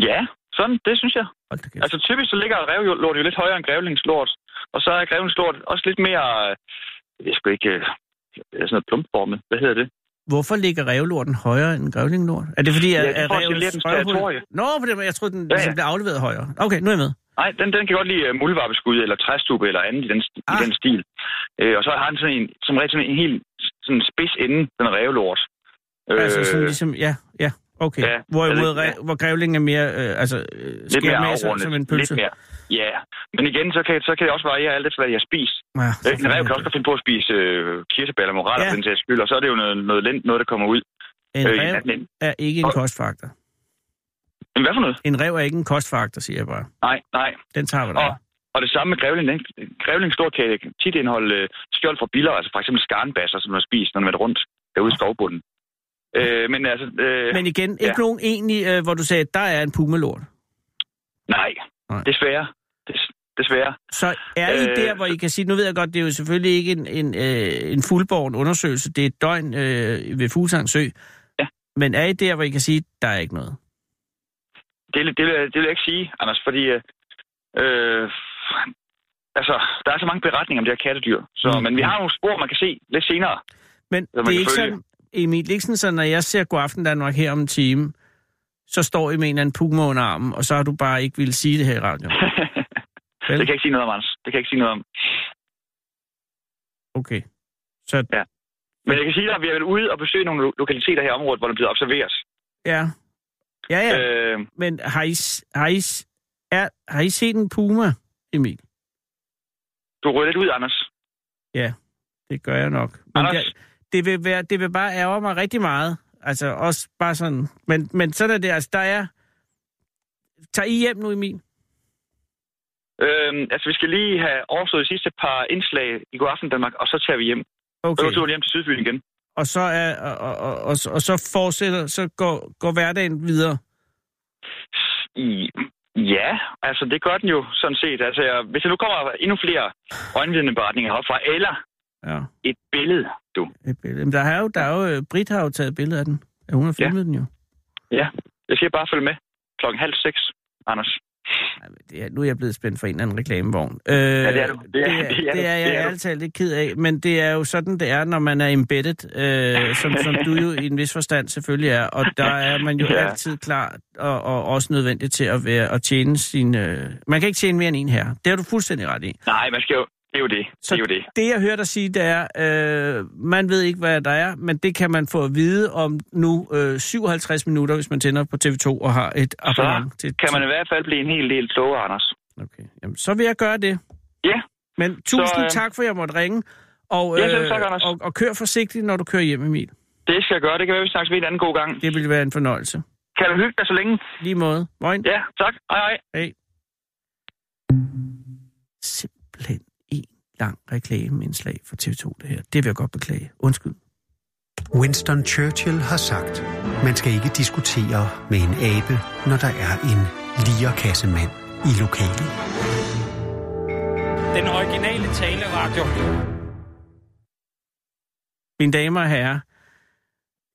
Ja, sådan, det synes jeg. Hold da kæft. Altså typisk så ligger revlort jo lidt højere end grævlingslort, og så er grævlingslort også lidt mere, øh, jeg skal ikke, øh, sådan noget plumpformet. Hvad hedder det? Hvorfor ligger revlorten højere end grævlinglort? Er det fordi, at, det er at for at genere revens dens røvhul... territorie. Nå, for det, jeg troede, den ja. ligesom blev afleveret højere. Okay, nu er jeg med. Nej, den, den kan godt lide øh, muldvarpeskud eller træstube eller andet i den, sti- i Ah. den stil. Øh, og så har den sådan en, som regel sådan en helt sådan spids ende, den revlort. Øh... Altså sådan ligesom, ja, ja, okay. Ja, Ja, Hvorimod, altså, re... ja. hvor grævlingen er mere, øh, altså, øh, lidt skærer mere med sig afrundet. som en pølse. Lidt mere. Ja, men igen, så kan, så kan det også variere alt efter, hvad jeg spiser. Ja, for En rev fanden. kan også godt finde på at spise øh, kirsebær eller moraler, Ja. ja. den sags skyld, og så er det jo noget, noget lent, noget, der kommer ud. En øh, i den rev anden ende. er ikke en Og- kostfaktor. Men hvad for noget? En rev er ikke en kostfaktor, siger jeg bare. Nej, nej. Den tager vi da. Og, og det samme med grævling. ikke? Grævling stor kan tit indeholde øh, skjold fra biller, altså for eksempel skarnbasser, som man spiser, når man er rundt derude i skovbunden. Øh, men altså, øh, men... Ah. Men igen, ikke Ja. nogen egentlig, øh, hvor du sagde, der er en pumalort. nej, Nej. desværre. Des, desværre. Så er I Øh, der, hvor I kan sige, nu ved jeg godt, det er jo selvfølgelig ikke en, en, øh, en fuldborgen undersøgelse, det er et døgn øh, ved Fuglsang Sø. Ja. Men er I der, hvor I kan sige, der er ikke noget? Det, det, det, vil jeg- det vil jeg ikke sige, Anders, fordi øh, øh, altså, der er så mange beretninger om det her kattedyr. Så, Mm. mm. Men vi har nogle spor, man kan se lidt senere. Men man det er kan ikke følge. sådan, Emil Liksen, så når jeg ser Godaften Danmark her om en time, så står I med en eller anden puma under armen, og så har du bare ikke ville sige det her i radioen. Vel? det kan jeg ikke sige noget om, Anders. Det kan jeg ikke sige noget om. Okay. Så Men jeg kan sige dig, at vi har været ude og besøge nogle lo- lokaliteter her i området, hvor der er blevet observeret. ja. Ja, ja. Øh. Øh, Men har I, s- har, I, s- er, har I set en puma, Emil? du rører lidt ud, Anders. Det gør jeg nok. Men Anders? jeg, det, vil være, det vil bare ærge mig rigtig meget. Altså også bare sådan. Men, men sådan er det. Altså, der er... Tager I hjem nu, Emil? Øhm, altså, vi skal lige have overstået de sidste par indslag i går aften Danmark, og så tager vi hjem. Så Okay. går turen hjem til Sydfyn igen. Og så, er, og, og, og, og, og så fortsætter, så går, går hverdagen videre. I, ja, altså, det gør den jo sådan set. Altså, jeg, hvis der nu kommer endnu flere øjenvidneberetninger herfra, eller Ja. et billede, du. Et billede. Men der er jo, der er jo, Britt har jo taget billede af den. Ja, Hun har filmet ja. den jo. Jeg siger bare følge med klokken halv seks, Anders. Ej, men det er, nu er jeg blevet spændt for en eller anden reklamevogn. Øh, Ja, det er du. Det er- det, er, det, er, det er jeg du. Det er du. ærligt talt lidt ked af, men det er jo sådan, det er, når man er embedded, øh, som, som du jo i en vis forstand selvfølgelig er, og der er man jo ja. Ja. altid klar og, og også nødvendig til at, være, at tjene sin... Øh, man kan ikke tjene mere end en her. Det har du fuldstændig ret i. Nej, man skal jo... Det er jo det. Så det er jo det. det, jeg hører dig sige, det er, øh, man ved ikke, hvad der er, men det kan man få at vide om nu øh, 57 minutter, hvis man tænder på TV2 og har et abonnement. til, Kan man i hvert fald blive en hel del klogere, Anders. Okay. Jamen, så vil jeg gøre det. Ja. Men tusind så, øh... øh, tak for, at jeg måtte ringe. Og, øh, Ja, selv tak, Anders. og, og kør forsigtigt, når du kører hjem, Emil. Det skal jeg gøre. Det kan være, vi snakkes ved en anden god gang. Det ville være en fornøjelse. Kan du hygge dig så længe? Lige måde. Moin. Ja, tak. Hej, hej. Hey. Simpelthen en lang reklameindslag for TV2, det her. Det vil jeg godt beklage. Undskyld. Winston Churchill har sagt, man skal ikke diskutere med en abe, når der er en lierkassemand i lokalet. Den originale taleradio. Mine damer og herrer,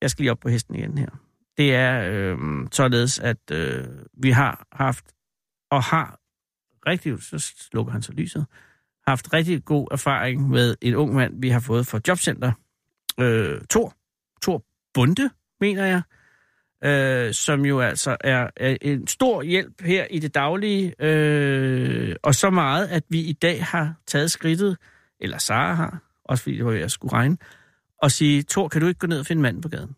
jeg skal lige op på hesten igen her. Det er øh, således, at øh, vi har haft og har rigtig, så slukker han så lyset, haft rigtig god erfaring med en ung mand, vi har fået fra Jobcenter. Øh, Tor. Tor Bunde, mener jeg. Øh, som jo altså er, er en stor hjælp her i det daglige. Øh, og så meget, at vi i dag har taget skridtet, eller Sara har, også fordi det var, jeg skulle regne, og sige, Thor, kan du ikke gå ned og finde manden på gaden?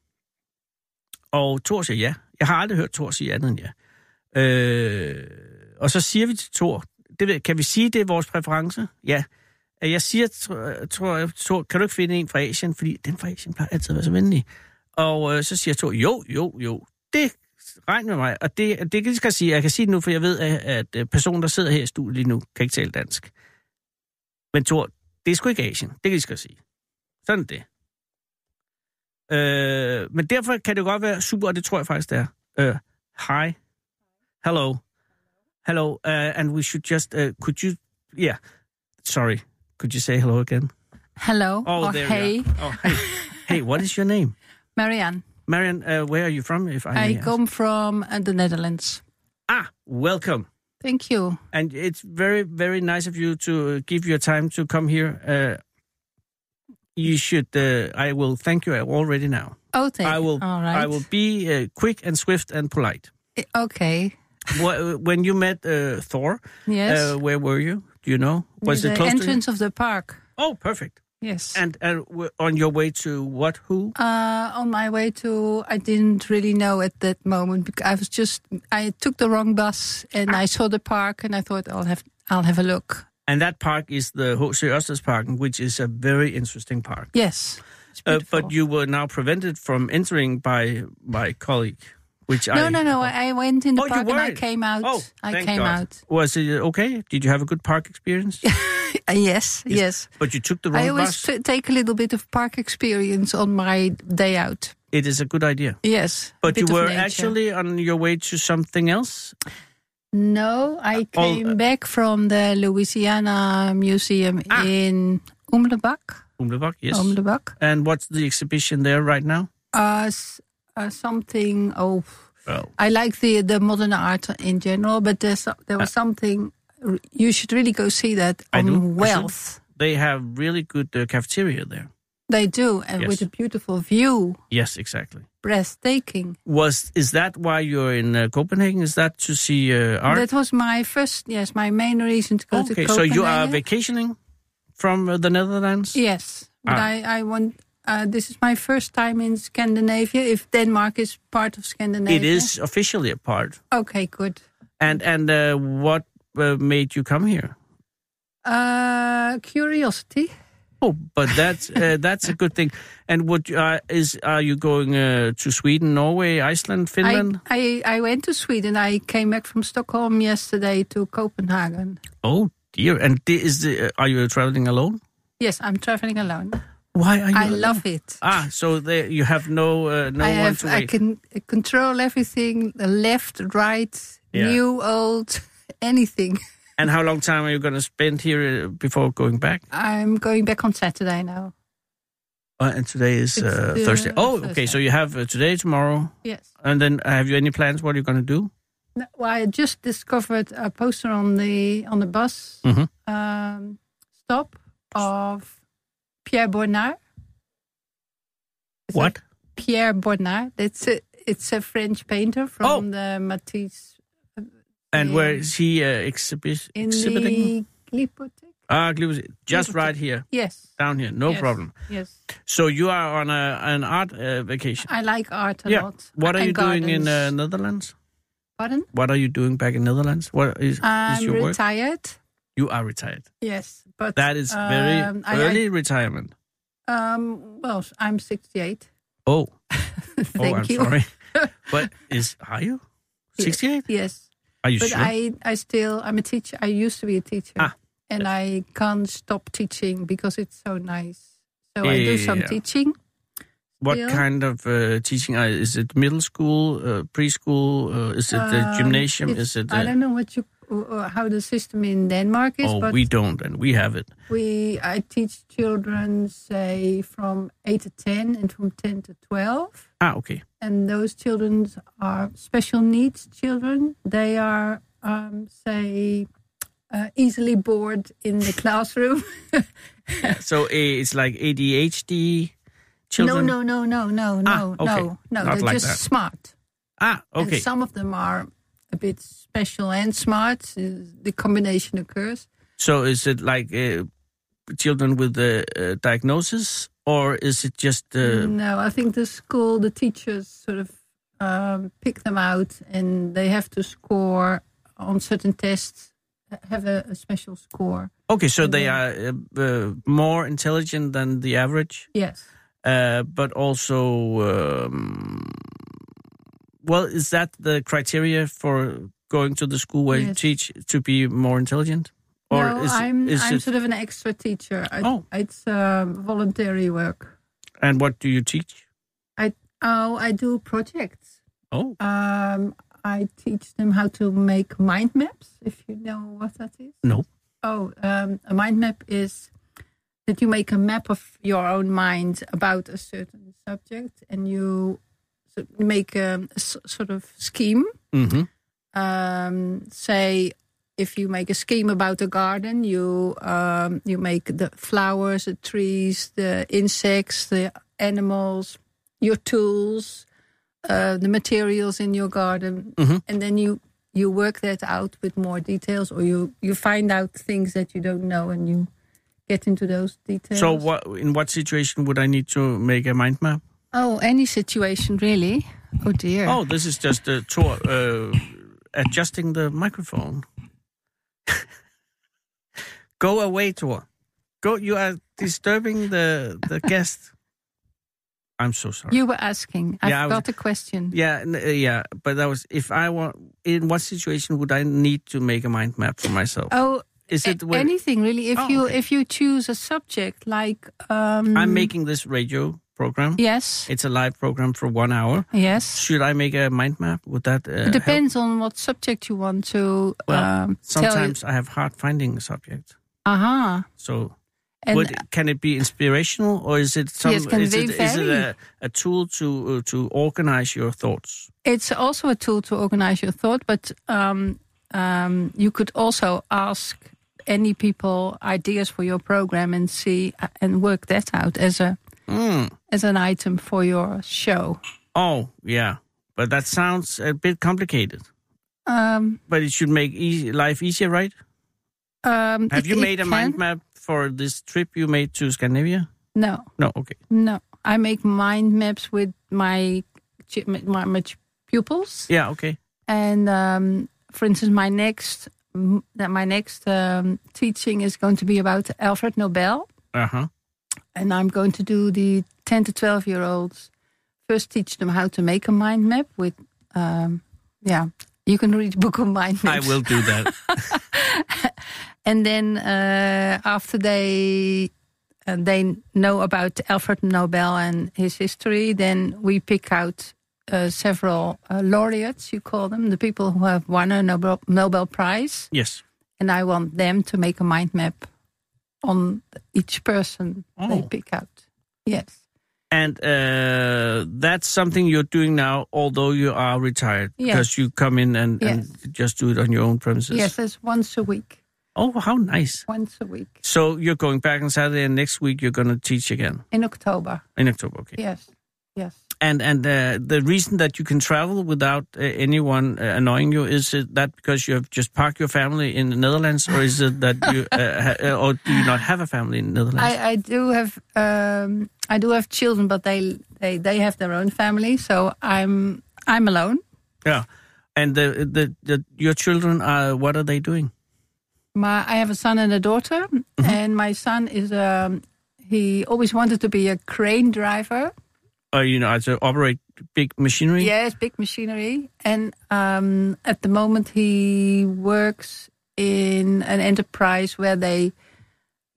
Og Thor siger ja. Jeg har aldrig hørt Thor sige andet end ja. Øh, og så siger vi til Thor, det ved, kan vi sige, det er vores præference? Ja. Øh, Jeg siger, tror, tror, jeg, Thor, kan du ikke finde en fra Asien? Fordi den fra Asien plejer altid at være så venlig. Og øh, så siger Thor, jo, jo, jo, det regn med mig. Og det, det kan jeg skal sige, jeg kan sige det nu, for jeg ved, at, at øh, personen, der sidder her i studiet lige nu, kan ikke tale dansk. Men Thor, det er sgu ikke Asien, det kan jeg skal sige. Sådan er det. Øh, men derfor kan det godt være super, og det tror jeg faktisk, det er. Øh, hi. Hello. Hello. Uh, and we should just, uh, could you, yeah. Sorry. Could you say hello again? Hello Oh, or there hey, we are. Oh, hey. hey, what is your name? Marianne. Marion, uh, where are you from? If I, I may ask? come from uh, the Netherlands. Ah, welcome. Thank you. And it's very, very nice of you to uh, give your time to come here. Uh, you should. Uh, I will thank you already now. Oh, thank I will. All right. I will be uh, quick and swift and polite. Okay. Wh- when you met uh, Thor, Yes. uh, where were you? Do you know? Was the it close to? you? entrance of the park. Oh, perfect. Yes. And and w- on your way to what? Who? Uh, on my way to, I didn't really know at that moment. Because I was just, I took the wrong bus and I saw the park and I thought I'll have, I'll have a look. And that park is the H.C. Ørstedsparken, which is a very interesting park. Yes. It's Uh, beautiful. but you were now prevented from entering by my colleague, which I no, no, no. I I went in the Oh, you park and I weren't. came out. Oh, I thank came God. out. Was it okay? Did you have a good park experience? Uh, yes, yes. But you took the I wrong always bus. t- take a little bit of park experience on my day out. it is a good idea. Yes. a But bit you of were nature. actually on your way to something else. No, I all- came back from the Louisiana Museum Ah. in Umlebak. Umlebach, yes. Omlebak. And what's the exhibition there right now? Uh, s- uh, something. Oh, Well, I like the the modern art in general, but there's, so- there was something. r- You should really go see that Ah. I on do, I should. wealth. they have really good uh, cafeteria there. They do, and Yes. with a beautiful view, Yes, exactly. breathtaking. Was is that why you're in uh, Copenhagen? Is that to see uh, art? That was my first, yes, my main reason to go to okay, so Copenhagen. you are vacationing from uh, the Netherlands. Yes, but Ah. I, I want. Uh, this is my first time in Scandinavia. If Denmark is part of Scandinavia, It is officially a part. Okay, good. And and uh, what uh, made you come here? Uh, curiosity. Oh, but that's uh, that's a good thing. And what you are is are you going uh, to Sweden, Norway, Iceland, Finland? I, I, I went to Sweden. I came back from Stockholm yesterday to Copenhagen. Oh dear! And thi- is the, uh, are you traveling alone? Yes, I'm traveling alone. Why are you? I alone? love it. Ah, so there you have no uh, no I one have to I wait. can uh, control everything: the left, right, Yeah. new, old, anything. And how long time are you going to spend here uh, before going back? I'm going back on Saturday now. Uh, and today is It's, uh, uh, Thursday. Oh, okay. Thursday. So you have uh, today, tomorrow, Yes. and then uh, have you any plans? What are you going to do? No, well, I just discovered a poster on the on the bus Mhm. um, stop of Pierre Bonnard. Is that What? Pierre Bonnard. That's a, it's a French painter from Oh. the Matisse And where in- is he uh, exhibi- in exhibiting? the Glypothèque. Ah, glyphosate. Just Glyphosate. right here, Yes. down here, no yes, problem. Yes, So you are on a, an art uh, vacation. I like art a yeah. lot. What are And you doing in uh, gardens. Netherlands? Pardon? Is What are you doing back in Netherlands? What is, is I'm your work? retired. You are retired. Yes, but That is very um, I- I- early retirement. um, well, I'm 68. Oh, Thank oh, I'm you. sorry. but is are you sixty-eight? Yes, Are you but sure? I, I still, I'm a teacher. I used to be a teacher, Ah, and I can't stop teaching because it's so nice. So I do some Yeah. teaching. What Still. kind of uh, teaching are, is it? Middle school, uh, preschool? Uh, is it uh, Um, gymnasium? it's- Is it? I Uh, don't know what you, uh, how the system in Denmark is, oh, but we we, don't, and we have it. I teach children say from eight to ten and from ten to twelve. Ah, okay. And those children are special needs children. They are, um, say, uh, easily bored in the classroom. So uh, it's like ADHD children. No, no, no, no, no, Ah, no, okay. no, no. Not They're like just that. smart. Ah, okay. And some of them are a bit special and smart. uh, The combination occurs. So is it like uh, children with the uh, diagnosis, or is it just? Uh, no, I think the school, the teachers sort of um, pick them out, and they have to score on certain tests. Uh, have a, a special score. Okay, so they are uh, uh, more intelligent than the average, Yes. uh, but also, um, well, is that the criteria for going to the school where you Yes. teach to be more intelligent? no, is, I'm is I'm it, sort of an extra teacher. I, Oh. It's um, voluntary work. and what do you teach? I oh I do projects. Oh, Um, I teach them how to make mind maps. If you know what that is. no. Oh, um, a mind map is that you make a map of your own mind about a certain subject, and you so- make a s- sort of scheme. Mm-hmm. um, say if you make a scheme about the garden, you um, you make the flowers, the trees, the insects, the animals, your tools, uh, the materials in your garden, Mhm. and then you you work that out with more details, or you you find out things that you don't know, and you get into those details. So, what in what situation would I need to make a mind map? Oh, any situation really? Oh dear. Oh, this is just uh, Tor uh, adjusting the microphone. Go away, Tor. Go. You are disturbing the the guest. I'm so sorry. You were asking. I've Yeah, I was- got a question. yeah, n- uh, yeah, but that was if I want. In what situation would I need to make a mind map for myself? Oh, is it A- when anything really if Oh, you okay. if you choose a subject like um I'm making this radio program? yes It's a live program for one hour. yes Should I make a mind map? Would that uh, it help? depends on what subject you want to Well, um Sometimes I have hard finding a subject. tell aha So, Uh-huh. and would, can it be inspirational, or is it some? Yes, can is, they it, is it vary? a, a tool to uh, to organize your thoughts? it's also a tool to organize your thought but um um you could also ask any people ideas for your program and see uh, and work that out as a Mm. as an item for your show Oh, yeah, but that sounds a bit complicated. um But it should make easy, life easier, right? um Have it- you it made a mind can- map for this trip you made to Scandinavia? no No, okay. No, I make mind maps with my chi- my, my ch- pupils, Yeah, okay. and um, for instance, my next m- that my next um, teaching is going to be about Alfred Nobel, Uh huh. and I'm going to do the ten to twelve year olds first teach them how to make a mind map with, um, yeah. You can read a book on mind I maps. will do that. And then uh, after they uh, they know about Alfred Nobel and his history, then we pick out uh, several uh, laureates, you call them, the people who have won a Nobel, Nobel Prize, yes. and I want them to make a mind map on each person they Oh. pick out. Yes. And uh, that's something you're doing now, although you are retired, Yes. because you come in and, and just do it on your own premises. Yes, that's once a week. Oh, how nice! Once a week So you're going back on Saturday, and next week you're going to teach again in October. in October. Okay. Yes. Yes. And and uh, the reason that you can travel without uh, anyone uh, annoying you is it that because you have just parked your family in the Netherlands, or is it that you uh, ha- uh, or do you not have a family in the Netherlands? I, I do have um, I do have children, but they they they have their own family, so I'm I'm alone. yeah. And the, the the your children are what are they doing? My I have a son and a daughter, and my son is um, he always wanted to be a crane driver. Uh, you know, how to operate big machinery. Yes, big machinery, and um, at the moment he works in an enterprise where they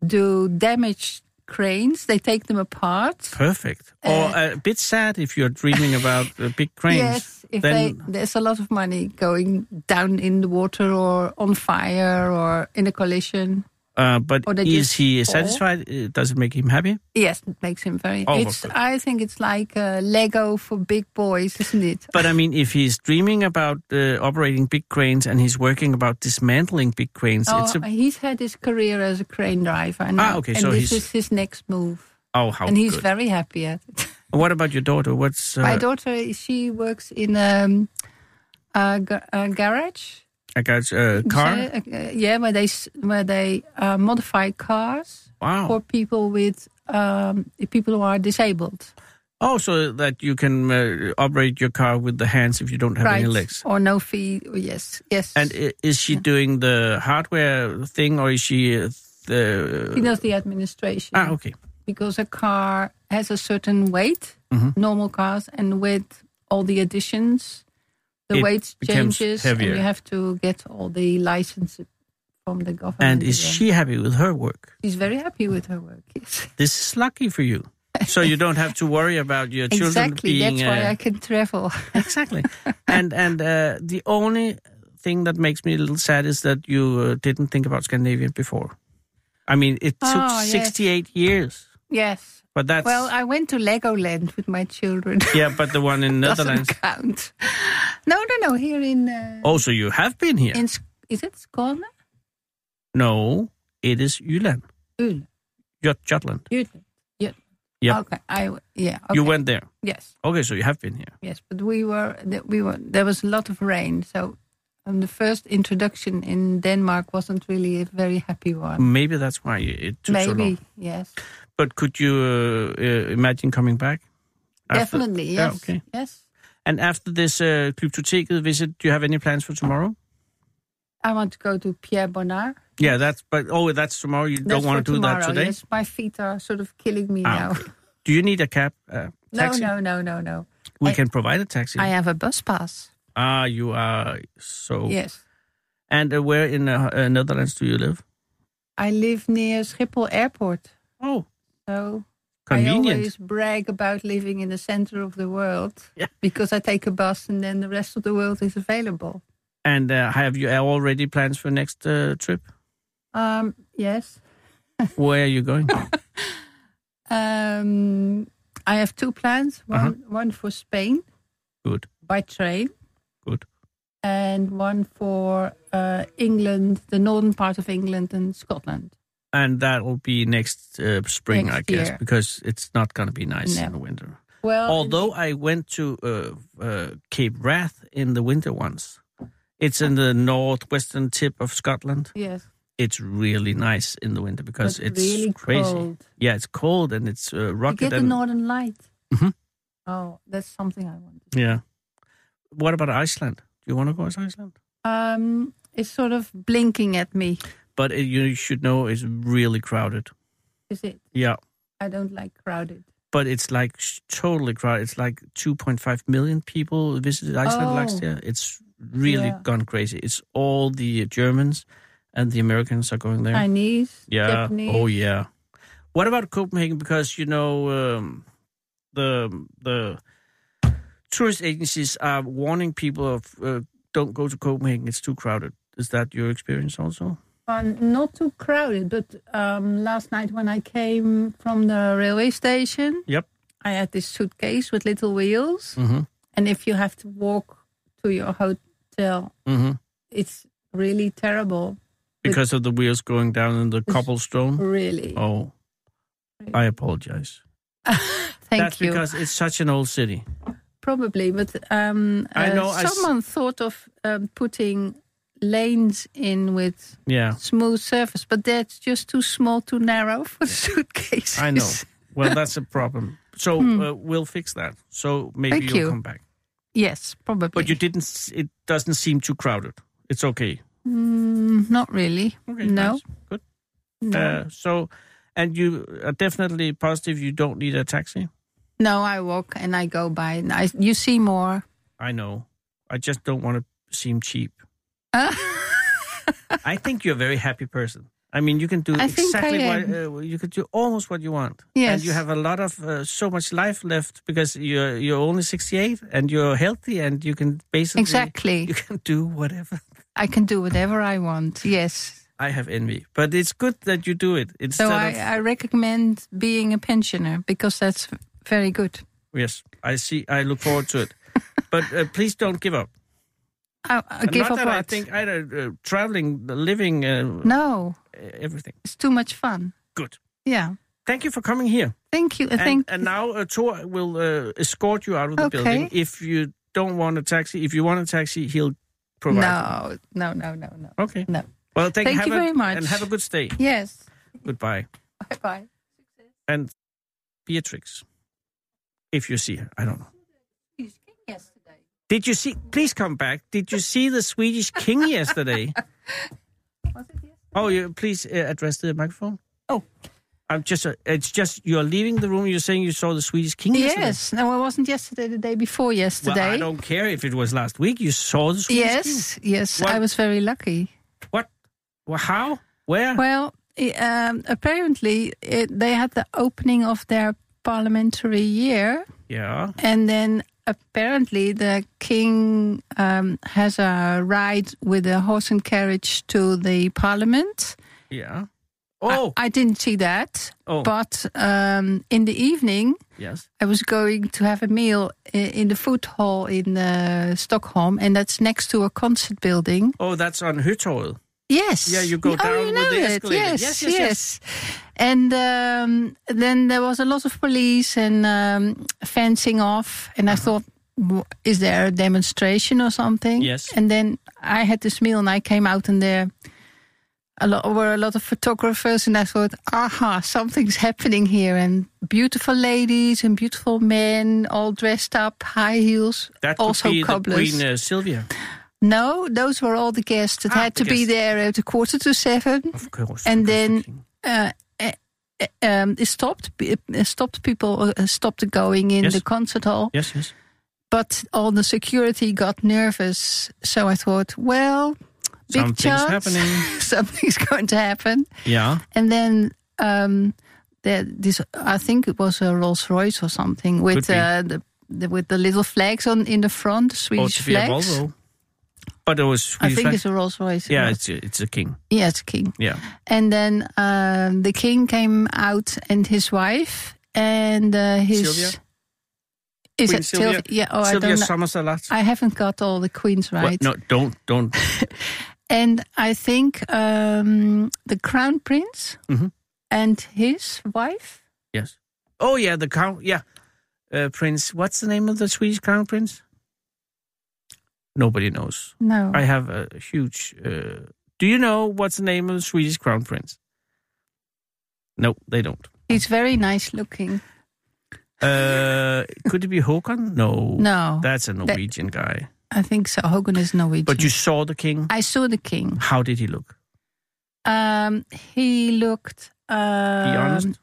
do damaged cranes. They take them apart. Perfect. or a bit sad if you're dreaming about uh, big cranes. Uh, Yes, if then they, there's a lot of money going down in the water or on fire or in a collision. uh, but or they is just he fall. satisfied? Uh, Does it make him happy? Yes, it makes him very. Oh, it's. okay. I think it's like uh, Lego for big boys, isn't it? But I mean, if he's dreaming about uh, operating big cranes and he's working about dismantling big cranes, it's oh, a, he's had his career as a crane driver, and, Ah, okay, and so this he's- is his next move, oh how and he's good. very happy at it. what about your daughter? What's uh, My daughter, she works in um, a, ga- a garage. I got a car. Uh, yeah, where they s- where they uh, modify cars. wow, for people with um, people who are disabled. Also, Oh, that you can uh, operate your car with the hands if you don't have right? any legs. Or no fee? oh, Yes, yes. And i- is she doing the hardware thing, or is she uh, the? he does the administration ah, okay. because a car has a certain weight, Mhm. normal cars, and with all the additions, the It weight becomes changes, heavier. and you have to get all the licenses from the government. And is again. she happy with her work? She's very happy with her work. Yes. This is lucky for you, so you don't have to worry about your children Exactly. being. That's why uh, I can travel. exactly. and and uh, the only thing that makes me a little sad is that you uh, didn't think about Scandinavia before. I mean, it took Oh, yes. 68 years, yes. but that's Well, I went to Legoland with my children. yeah. But the one in Doesn't Netherlands. count. No, no, no. Here in uh, Oh, so you have been here? in Sk- is it Skåne? no, it is Jylland, Ul- Jut- Jutland. Jutland. Jutland. Yeah. Okay. I w- yeah. Okay. You went there. Yes. Okay, so you have been here. Yes. But we were th- we were there was a lot of rain, so um, the first introduction in Denmark wasn't really a very happy one. Maybe that's why it took so Maybe long. yes. But could you uh, uh, imagine coming back? after- Definitely yes. Yeah, okay. Yes. And after this uh, Glyptoteket visit, do you have any plans for tomorrow? I want to go to Pierre Bonnard. Yeah, that's but oh, that's tomorrow. You That's don't want for to do that tomorrow, today. Yes, my feet are sort of killing me Ah, now. okay. Do you need a cab? Uh, No, taxi? no, no, no, no. We I- can provide a taxi. I have a bus pass. ah, you are so. Yes. And uh, where in uh, uh, Netherlands do you live? I live near Schiphol Airport. Oh, So I convenient. always brag about living in the center of the world Yeah. because I take a bus and then the rest of the world is available. And uh, have you already plans for next uh, trip? Um, yes. Where are you going? Um, I have two plans Uh-huh. one, one for Spain Good, by train good. and one for uh, England, the northern part of England and Scotland. And that will be next uh, spring, Next I guess, year. because it's not going to be nice No. Oh, in the winter. Well, Although I went to uh, uh, Cape Wrath in the winter once. It's in the northwestern tip of Scotland. yes. It's really nice in the winter because But it's really crazy. cold. Yeah, it's cold and it's uh, You rocket get the and Northern Light. Mhm. Oh, that's something I want. yeah. What about Iceland? Do you want to go to Iceland? Um, it's sort of blinking at me. But it, you should know it's really crowded. Is it? Yeah, I don't like crowded. but it's like s- totally crowded. It's like 2.5 million people visited Iceland Oh. last year. It's really Yeah. gone crazy. It's all the Germans and the Americans are going there. Chinese, yeah. Japanese. Oh yeah. What about Copenhagen? Because you know um, the the tourist agencies are warning people of uh, don't go to Copenhagen. It's too crowded. Is that your experience also? Um, not too crowded, but um, last night when I came from the railway station, Yep. I had this suitcase with little wheels. Mhm. And if you have to walk to your hotel, Mm-hmm. it's really terrible. Because of the wheels going down in the cobblestone. Really. Oh, I apologize. Thank That's you. because it's such an old city. Probably, but um, I uh, know I s- someone thought of um, putting lanes in with Yeah, smooth surface, but that's just too small, too narrow for suitcases. I know. Well, that's a problem. So uh, we'll fix that. So maybe Hmm. Thank you'll you. come back. Yes, probably. But you didn't. s- It doesn't seem too crowded. It's okay. Mm, not really. Okay. no. nice. Good. No. Uh, so, and you are definitely positive. You don't need a taxi. no, I walk and I go by. And I, you see more. I know. I just don't want to seem cheap. Uh, I think you're a very happy person. I mean, you can do I think I exactly what uh, you could do almost what you want. And Yes. you have a lot of uh, so much life left because you're you're only 68 and you're healthy and you can basically Exactly. you can do whatever. I can do whatever I want. Yes. I have envy, but it's good that you do it instead So I, uh, of I recommend being a pensioner because that's very good. yes. I see. I look forward to it. But uh, please don't give up. I, I give Not up that I what? think either uh, traveling, living, uh, no, everything. it's too much fun. Good. Yeah. Thank you for coming here. Thank you. I And, think and now uh, Tor will uh, escort you out of the Okay. building. If you don't want a taxi, if you want a taxi, he'll provide. no, no, no, no, no. one. Okay. No. Well, thank, Thank have you a- very much. And have a good stay. Yes. Goodbye. Bye bye. And Beatrix. if you see her. I don't know. Did you see? Please come back. Did you see the Swedish king yesterday? Oh, you, please uh, address the microphone. Oh. I'm just. Uh, it's just you're leaving the room. You're saying you saw the Swedish king yesterday. Yes. No, it wasn't yesterday. The day before Well, yesterday. I don't care if it was last week. You saw the Swedish king. yes. Yes. What? I was very lucky. What? Well, how? Where? Well, i- um, apparently it, they had the opening of their parliamentary year, Yeah. and then apparently the king um, has a ride with a horse and carriage to the parliament. Yeah. Oh. I, I didn't see that, Oh. but um, in the evening. yes. I was going to have a meal i- in the food hall in uh, Stockholm, and that's next to a concert building. Oh, that's on Høtorvet. Yes. Yeah, you go oh, down you with know the it. escalator. Yes, Yes, yes, yes, yes, yes. And um, then there was a lot of police and um, fencing off, and I Uh-huh. thought, "W- is there a demonstration or something? Yes. And then I had this meal, and I came out, and there a lot, were a lot of photographers, and I thought, aha, something's happening here, and beautiful ladies and beautiful men, all dressed up, high heels, That could also be the cobblers. Queen uh, Sylvia, No, those were all the guests that Ah, had the to be guests. there at a quarter to seven. of course. And because the then- king. Uh, eh, eh, um, it stopped. It stopped people. Uh, stopped going in Yes. the concert hall. Yes, yes. But all the security got nervous. So I thought, well, big Something's chance happening. something's going to happen. Yeah. And then um, there, this, I think it was a Rolls Royce or something Could with be. uh, the, the with the little flags on in the front, Or Swedish Sophia flags. Volvo. But it was I Swedish think flag. it's a Rolls Royce. Yeah, it's, it's a king. yeah, it's King. Yeah. And then um, the king came out and his wife and uh, his. Sylvia? Is Queen it Sylvia? Sylvia? Yeah, oh, I Sylvia don't know. Sommersalat. I haven't got all the queens Well, right. no, don't, don't. And I think um, the crown prince Mhm. and his wife. yes. Oh, yeah, the crown. Yeah. Uh, prince. What's the name of the Swedish crown prince? Nobody knows. No. I have a huge. Uh, do you know what's the name of the Swedish crown prince? No, they don't. He's very nice looking. Uh, could it be Håkan? No. No. That's a Norwegian guy. I think so. Hogan is Norwegian. But you saw the king. I saw the king. How did he look? Um, he looked. Be Um, honest.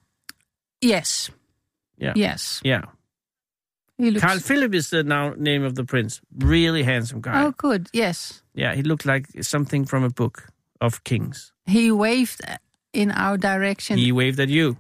Yes. Yeah. Yes. Yeah. He looks. Carl Philip is the now name of the prince. Really handsome guy. oh, good. Yes. Yeah, he looked like something from a book of kings. He waved in our direction. He waved at you.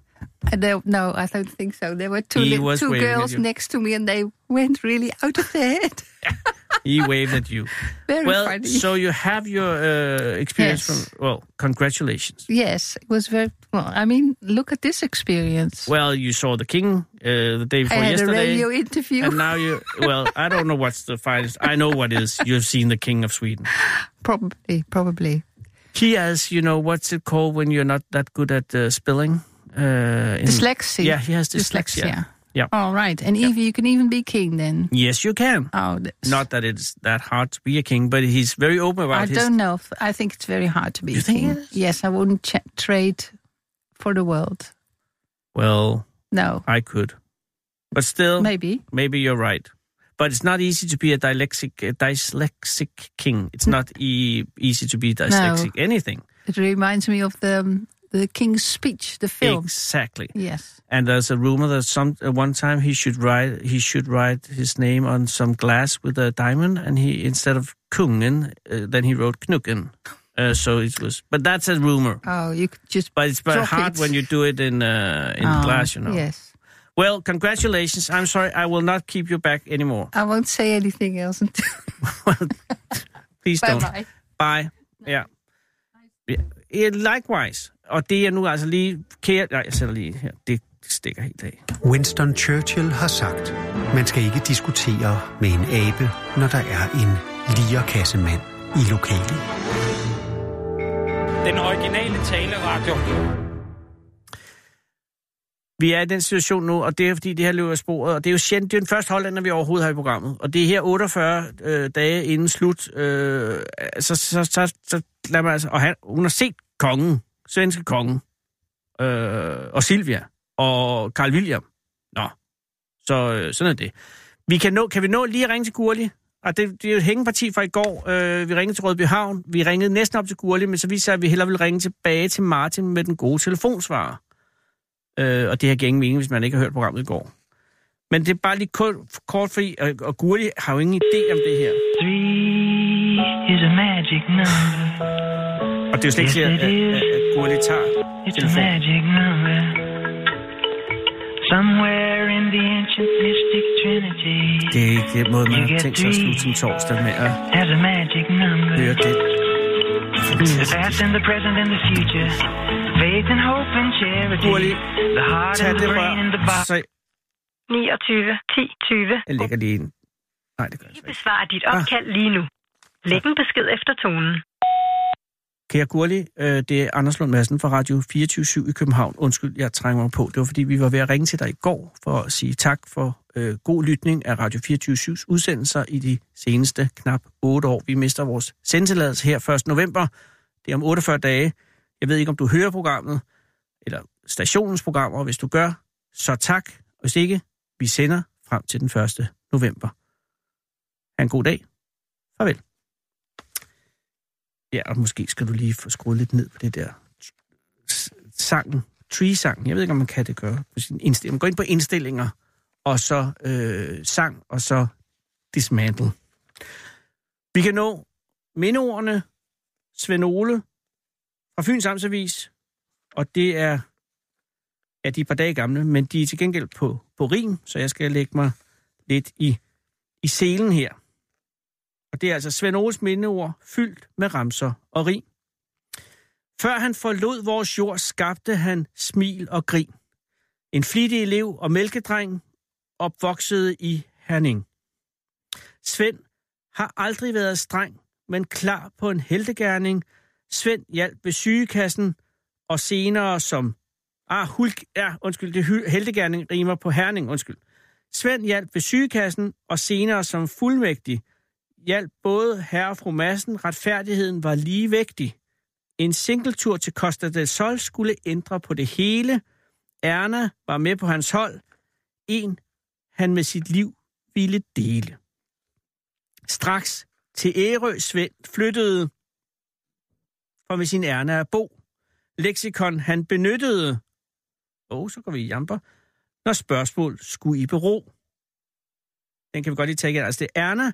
Uh, there- no, I don't think so. There were two, He li- was two waving at girls you. next to me, and they went really out of their head. He waved at you. Very well, funny. so you have your uh, experience Yes. from. Well, congratulations. yes, it was very. Well, I mean, look at this experience. Well, you saw the king uh, the day I before had a yesterday. radio interview, and now you. Well, I don't know what's the finest. I know what is. You've seen the king of Sweden. probably, probably. He has, you know, what's it called when you're not that good at uh, spelling? Uh, in- Dyslexia. Yeah, he has dyslexia. Yeah. All right, and Evie, you can even be king then. Yes, you can. Oh, that's- Not that it's that hard to be a king, but he's very open about I his. don't know. if- I think it's very hard to be You think king. it is? Yes, I wouldn't ch- trade for the world. Well, No, I could, but still, maybe. maybe. you're right. But it's not easy to be a dyslexic, a dyslexic king. It's not e- easy to be dyslexic anything. It reminds me of the um, the King's Speech, the film. Exactly. Yes. And there's a rumor that some uh, one time he should write he should write his name on some glass with a diamond, and he instead of Kungen, uh, then he wrote Knucken. Uh, so it was, but that's a rumor. Oh, you could just. But it's very Drop hard it. when you do it in uh, in Oh, glass, you know. Yes. Well, congratulations. I'm sorry, I will not keep you back anymore. I won't say anything else until. Please bye don't. bye. Bye. Ja. ja. ja, Likewise. Og det er nu altså lige kære... Nej, jeg sætter lige her. Det stikker helt af. Winston Churchill har sagt, man skal ikke diskutere med en abe, når der er en lierkassemand i lokalet. Den originale taleradio. Vi er i den situation nu, og det er fordi, det her løber af sporet, og det er jo sjældent, det er den første hollænder, vi overhovedet har i programmet. Og det er her 48 øh, dage inden slut, øh, så, så, så, så lad mig altså, og han, hun har set kongen, svenske kongen, øh, og Silvia, og Carl William. Nå, Så øh, sådan er det. Vi kan, nå, kan vi nå lige at ringe til Gurli? Og det, det er jo et hængeparti fra i går. Øh, vi ringede til Rødby Havn. Vi ringede næsten op til Gurli, men så viste det sig, at vi hellere ville ringe tilbage til Martin med den gode telefonsvarer. Øh, og det har givet ingen mening, hvis man ikke har hørt programmet i går. Men det er bare lige kort, kort fordi, og, og Gurli har jo ingen idé om det her. Three is a magic number. Og det er jo slet ikke sikkert, at, at, at Gurli tager It's a telefonen. magic number. Somewhere in the ancient mystic trinity, Det er ikke den måde, man har tænkt sig at slutte sin torsdag med at there's a magic høre number. det. The past and the present and the future. Faith and hope and charity. Gurli, The heart tag and the det brain and the rør. body. Så 29 10 20. jeg lægger lige en. Nej, det gør jeg Vi sgu ikke. besvarer dit opkald lige nu. Læg en besked efter tonen. Kære Gurli, øh, det er Anders Lund Madsen fra Radio 24 i København. Undskyld, jeg trænger mig på. Det var fordi, vi var ved at ringe til dig i går for at sige tak for øh, god lytning af Radio 24 udsendelser i de seneste knap 8 år. Vi mister vores sendtilladelse her 1. november. Det er om 48 dage. Jeg ved ikke, om du hører programmet, eller stationens programmer. Hvis du gør, så tak. Hvis ikke, vi sender frem til den 1. november. Ha' en god dag. Farvel. Ja, og måske skal du lige få skruet lidt ned på det der s- sangen, tree-sangen. Jeg ved ikke, om man kan det gøre på sin indstilling. Gå ind på indstillinger, og så øh, sang, og så dismantle. Vi kan nå mindeordene, Svend Ole fra Fyns Amtsavis, og det er, ja, de er et par dage gamle, men de er til gengæld på, på rim, så jeg skal lægge mig lidt i, i selen her. Og det er altså Svend Oles mindeord, fyldt med ramser og rim. Før han forlod vores jord, skabte han smil og grin. En flittig elev og mælkedreng opvoksede i Herning. Svend har aldrig været streng, men klar på en heltegærning. Svend hjalp ved sygekassen, og senere som... Ah, hulk, ja, undskyld, det hy- heltegærning rimer på Herning, undskyld. Svend hjalp ved sygekassen, og senere som fuldmægtig hjalp både herre og fru Madsen, retfærdigheden var ligevægtig. En singletur til Costa del Sol skulle ændre på det hele. Erna var med på hans hold. En, han med sit liv ville dele. Straks til Ærø Svend flyttede for med sin Erna at bo. Lexikon han benyttede. Åh, oh, så går vi i jamper. Når spørgsmål skulle i bero. Den kan vi godt lige tage igen. Altså det er Erna,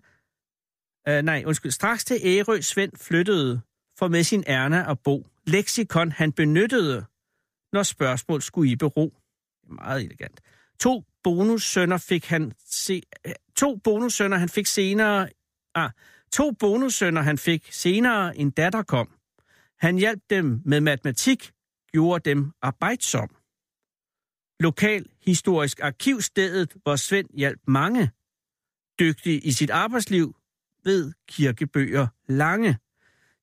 Uh, nej, undskyld. Straks til Ærø Svend flyttede, for med sin ærne og bo, leksikon han benyttede, når spørgsmål skulle i bero. Meget elegant. To bonussønner fik han se, øh, to bonussønner han fik senere, ah, to bonussønner han fik senere en datter kom. Han hjalp dem med matematik, gjorde dem arbejdsom. Lokal historisk arkivstedet, hvor Svend hjalp mange. Dygtig i sit arbejdsliv, ved kirkebøger lange.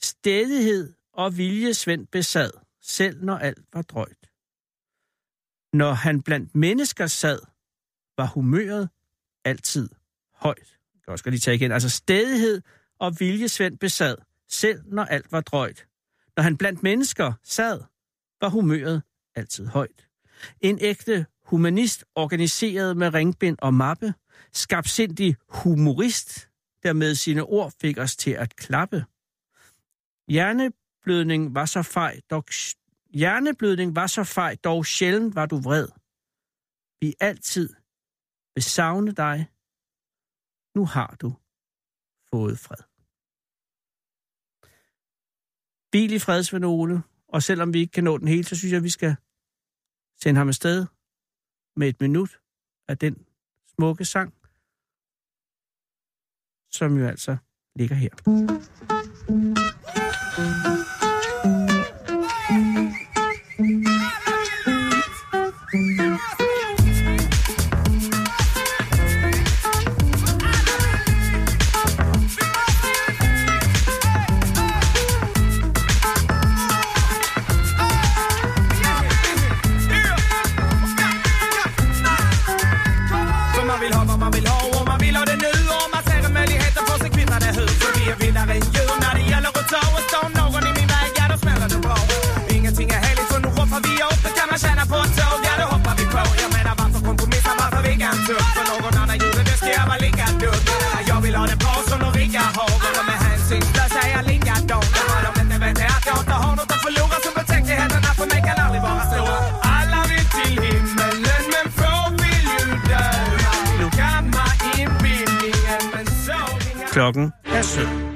Stædighed og vilje Svend besad, selv når alt var drøjt. Når han blandt mennesker sad, var humøret altid højt. Jeg kan også godt lige tage igen. Altså stædighed og vilje Svend besad, selv når alt var drøjt. Når han blandt mennesker sad, var humøret altid højt. En ægte humanist organiseret med ringbind og mappe, skabsindig humorist, der med sine ord fik os til at klappe. Hjerneblødning var så fej, dog, hjerneblødning var så fej, dog sjældent var du vred. Vi altid vil savne dig. Nu har du fået fred. Hvil i fred, Svend Ole. Og selvom vi ikke kan nå den helt, så synes jeg, vi skal sende ham afsted med et minut af den smukke sang som jo altså ligger her. For man vill ha vad man vill ha och man vill ha det nu Och man ser en möjlighet att få sig kvittade hud För vi är vinnare ju när det gäller att ta oss om någon i klokken er 17.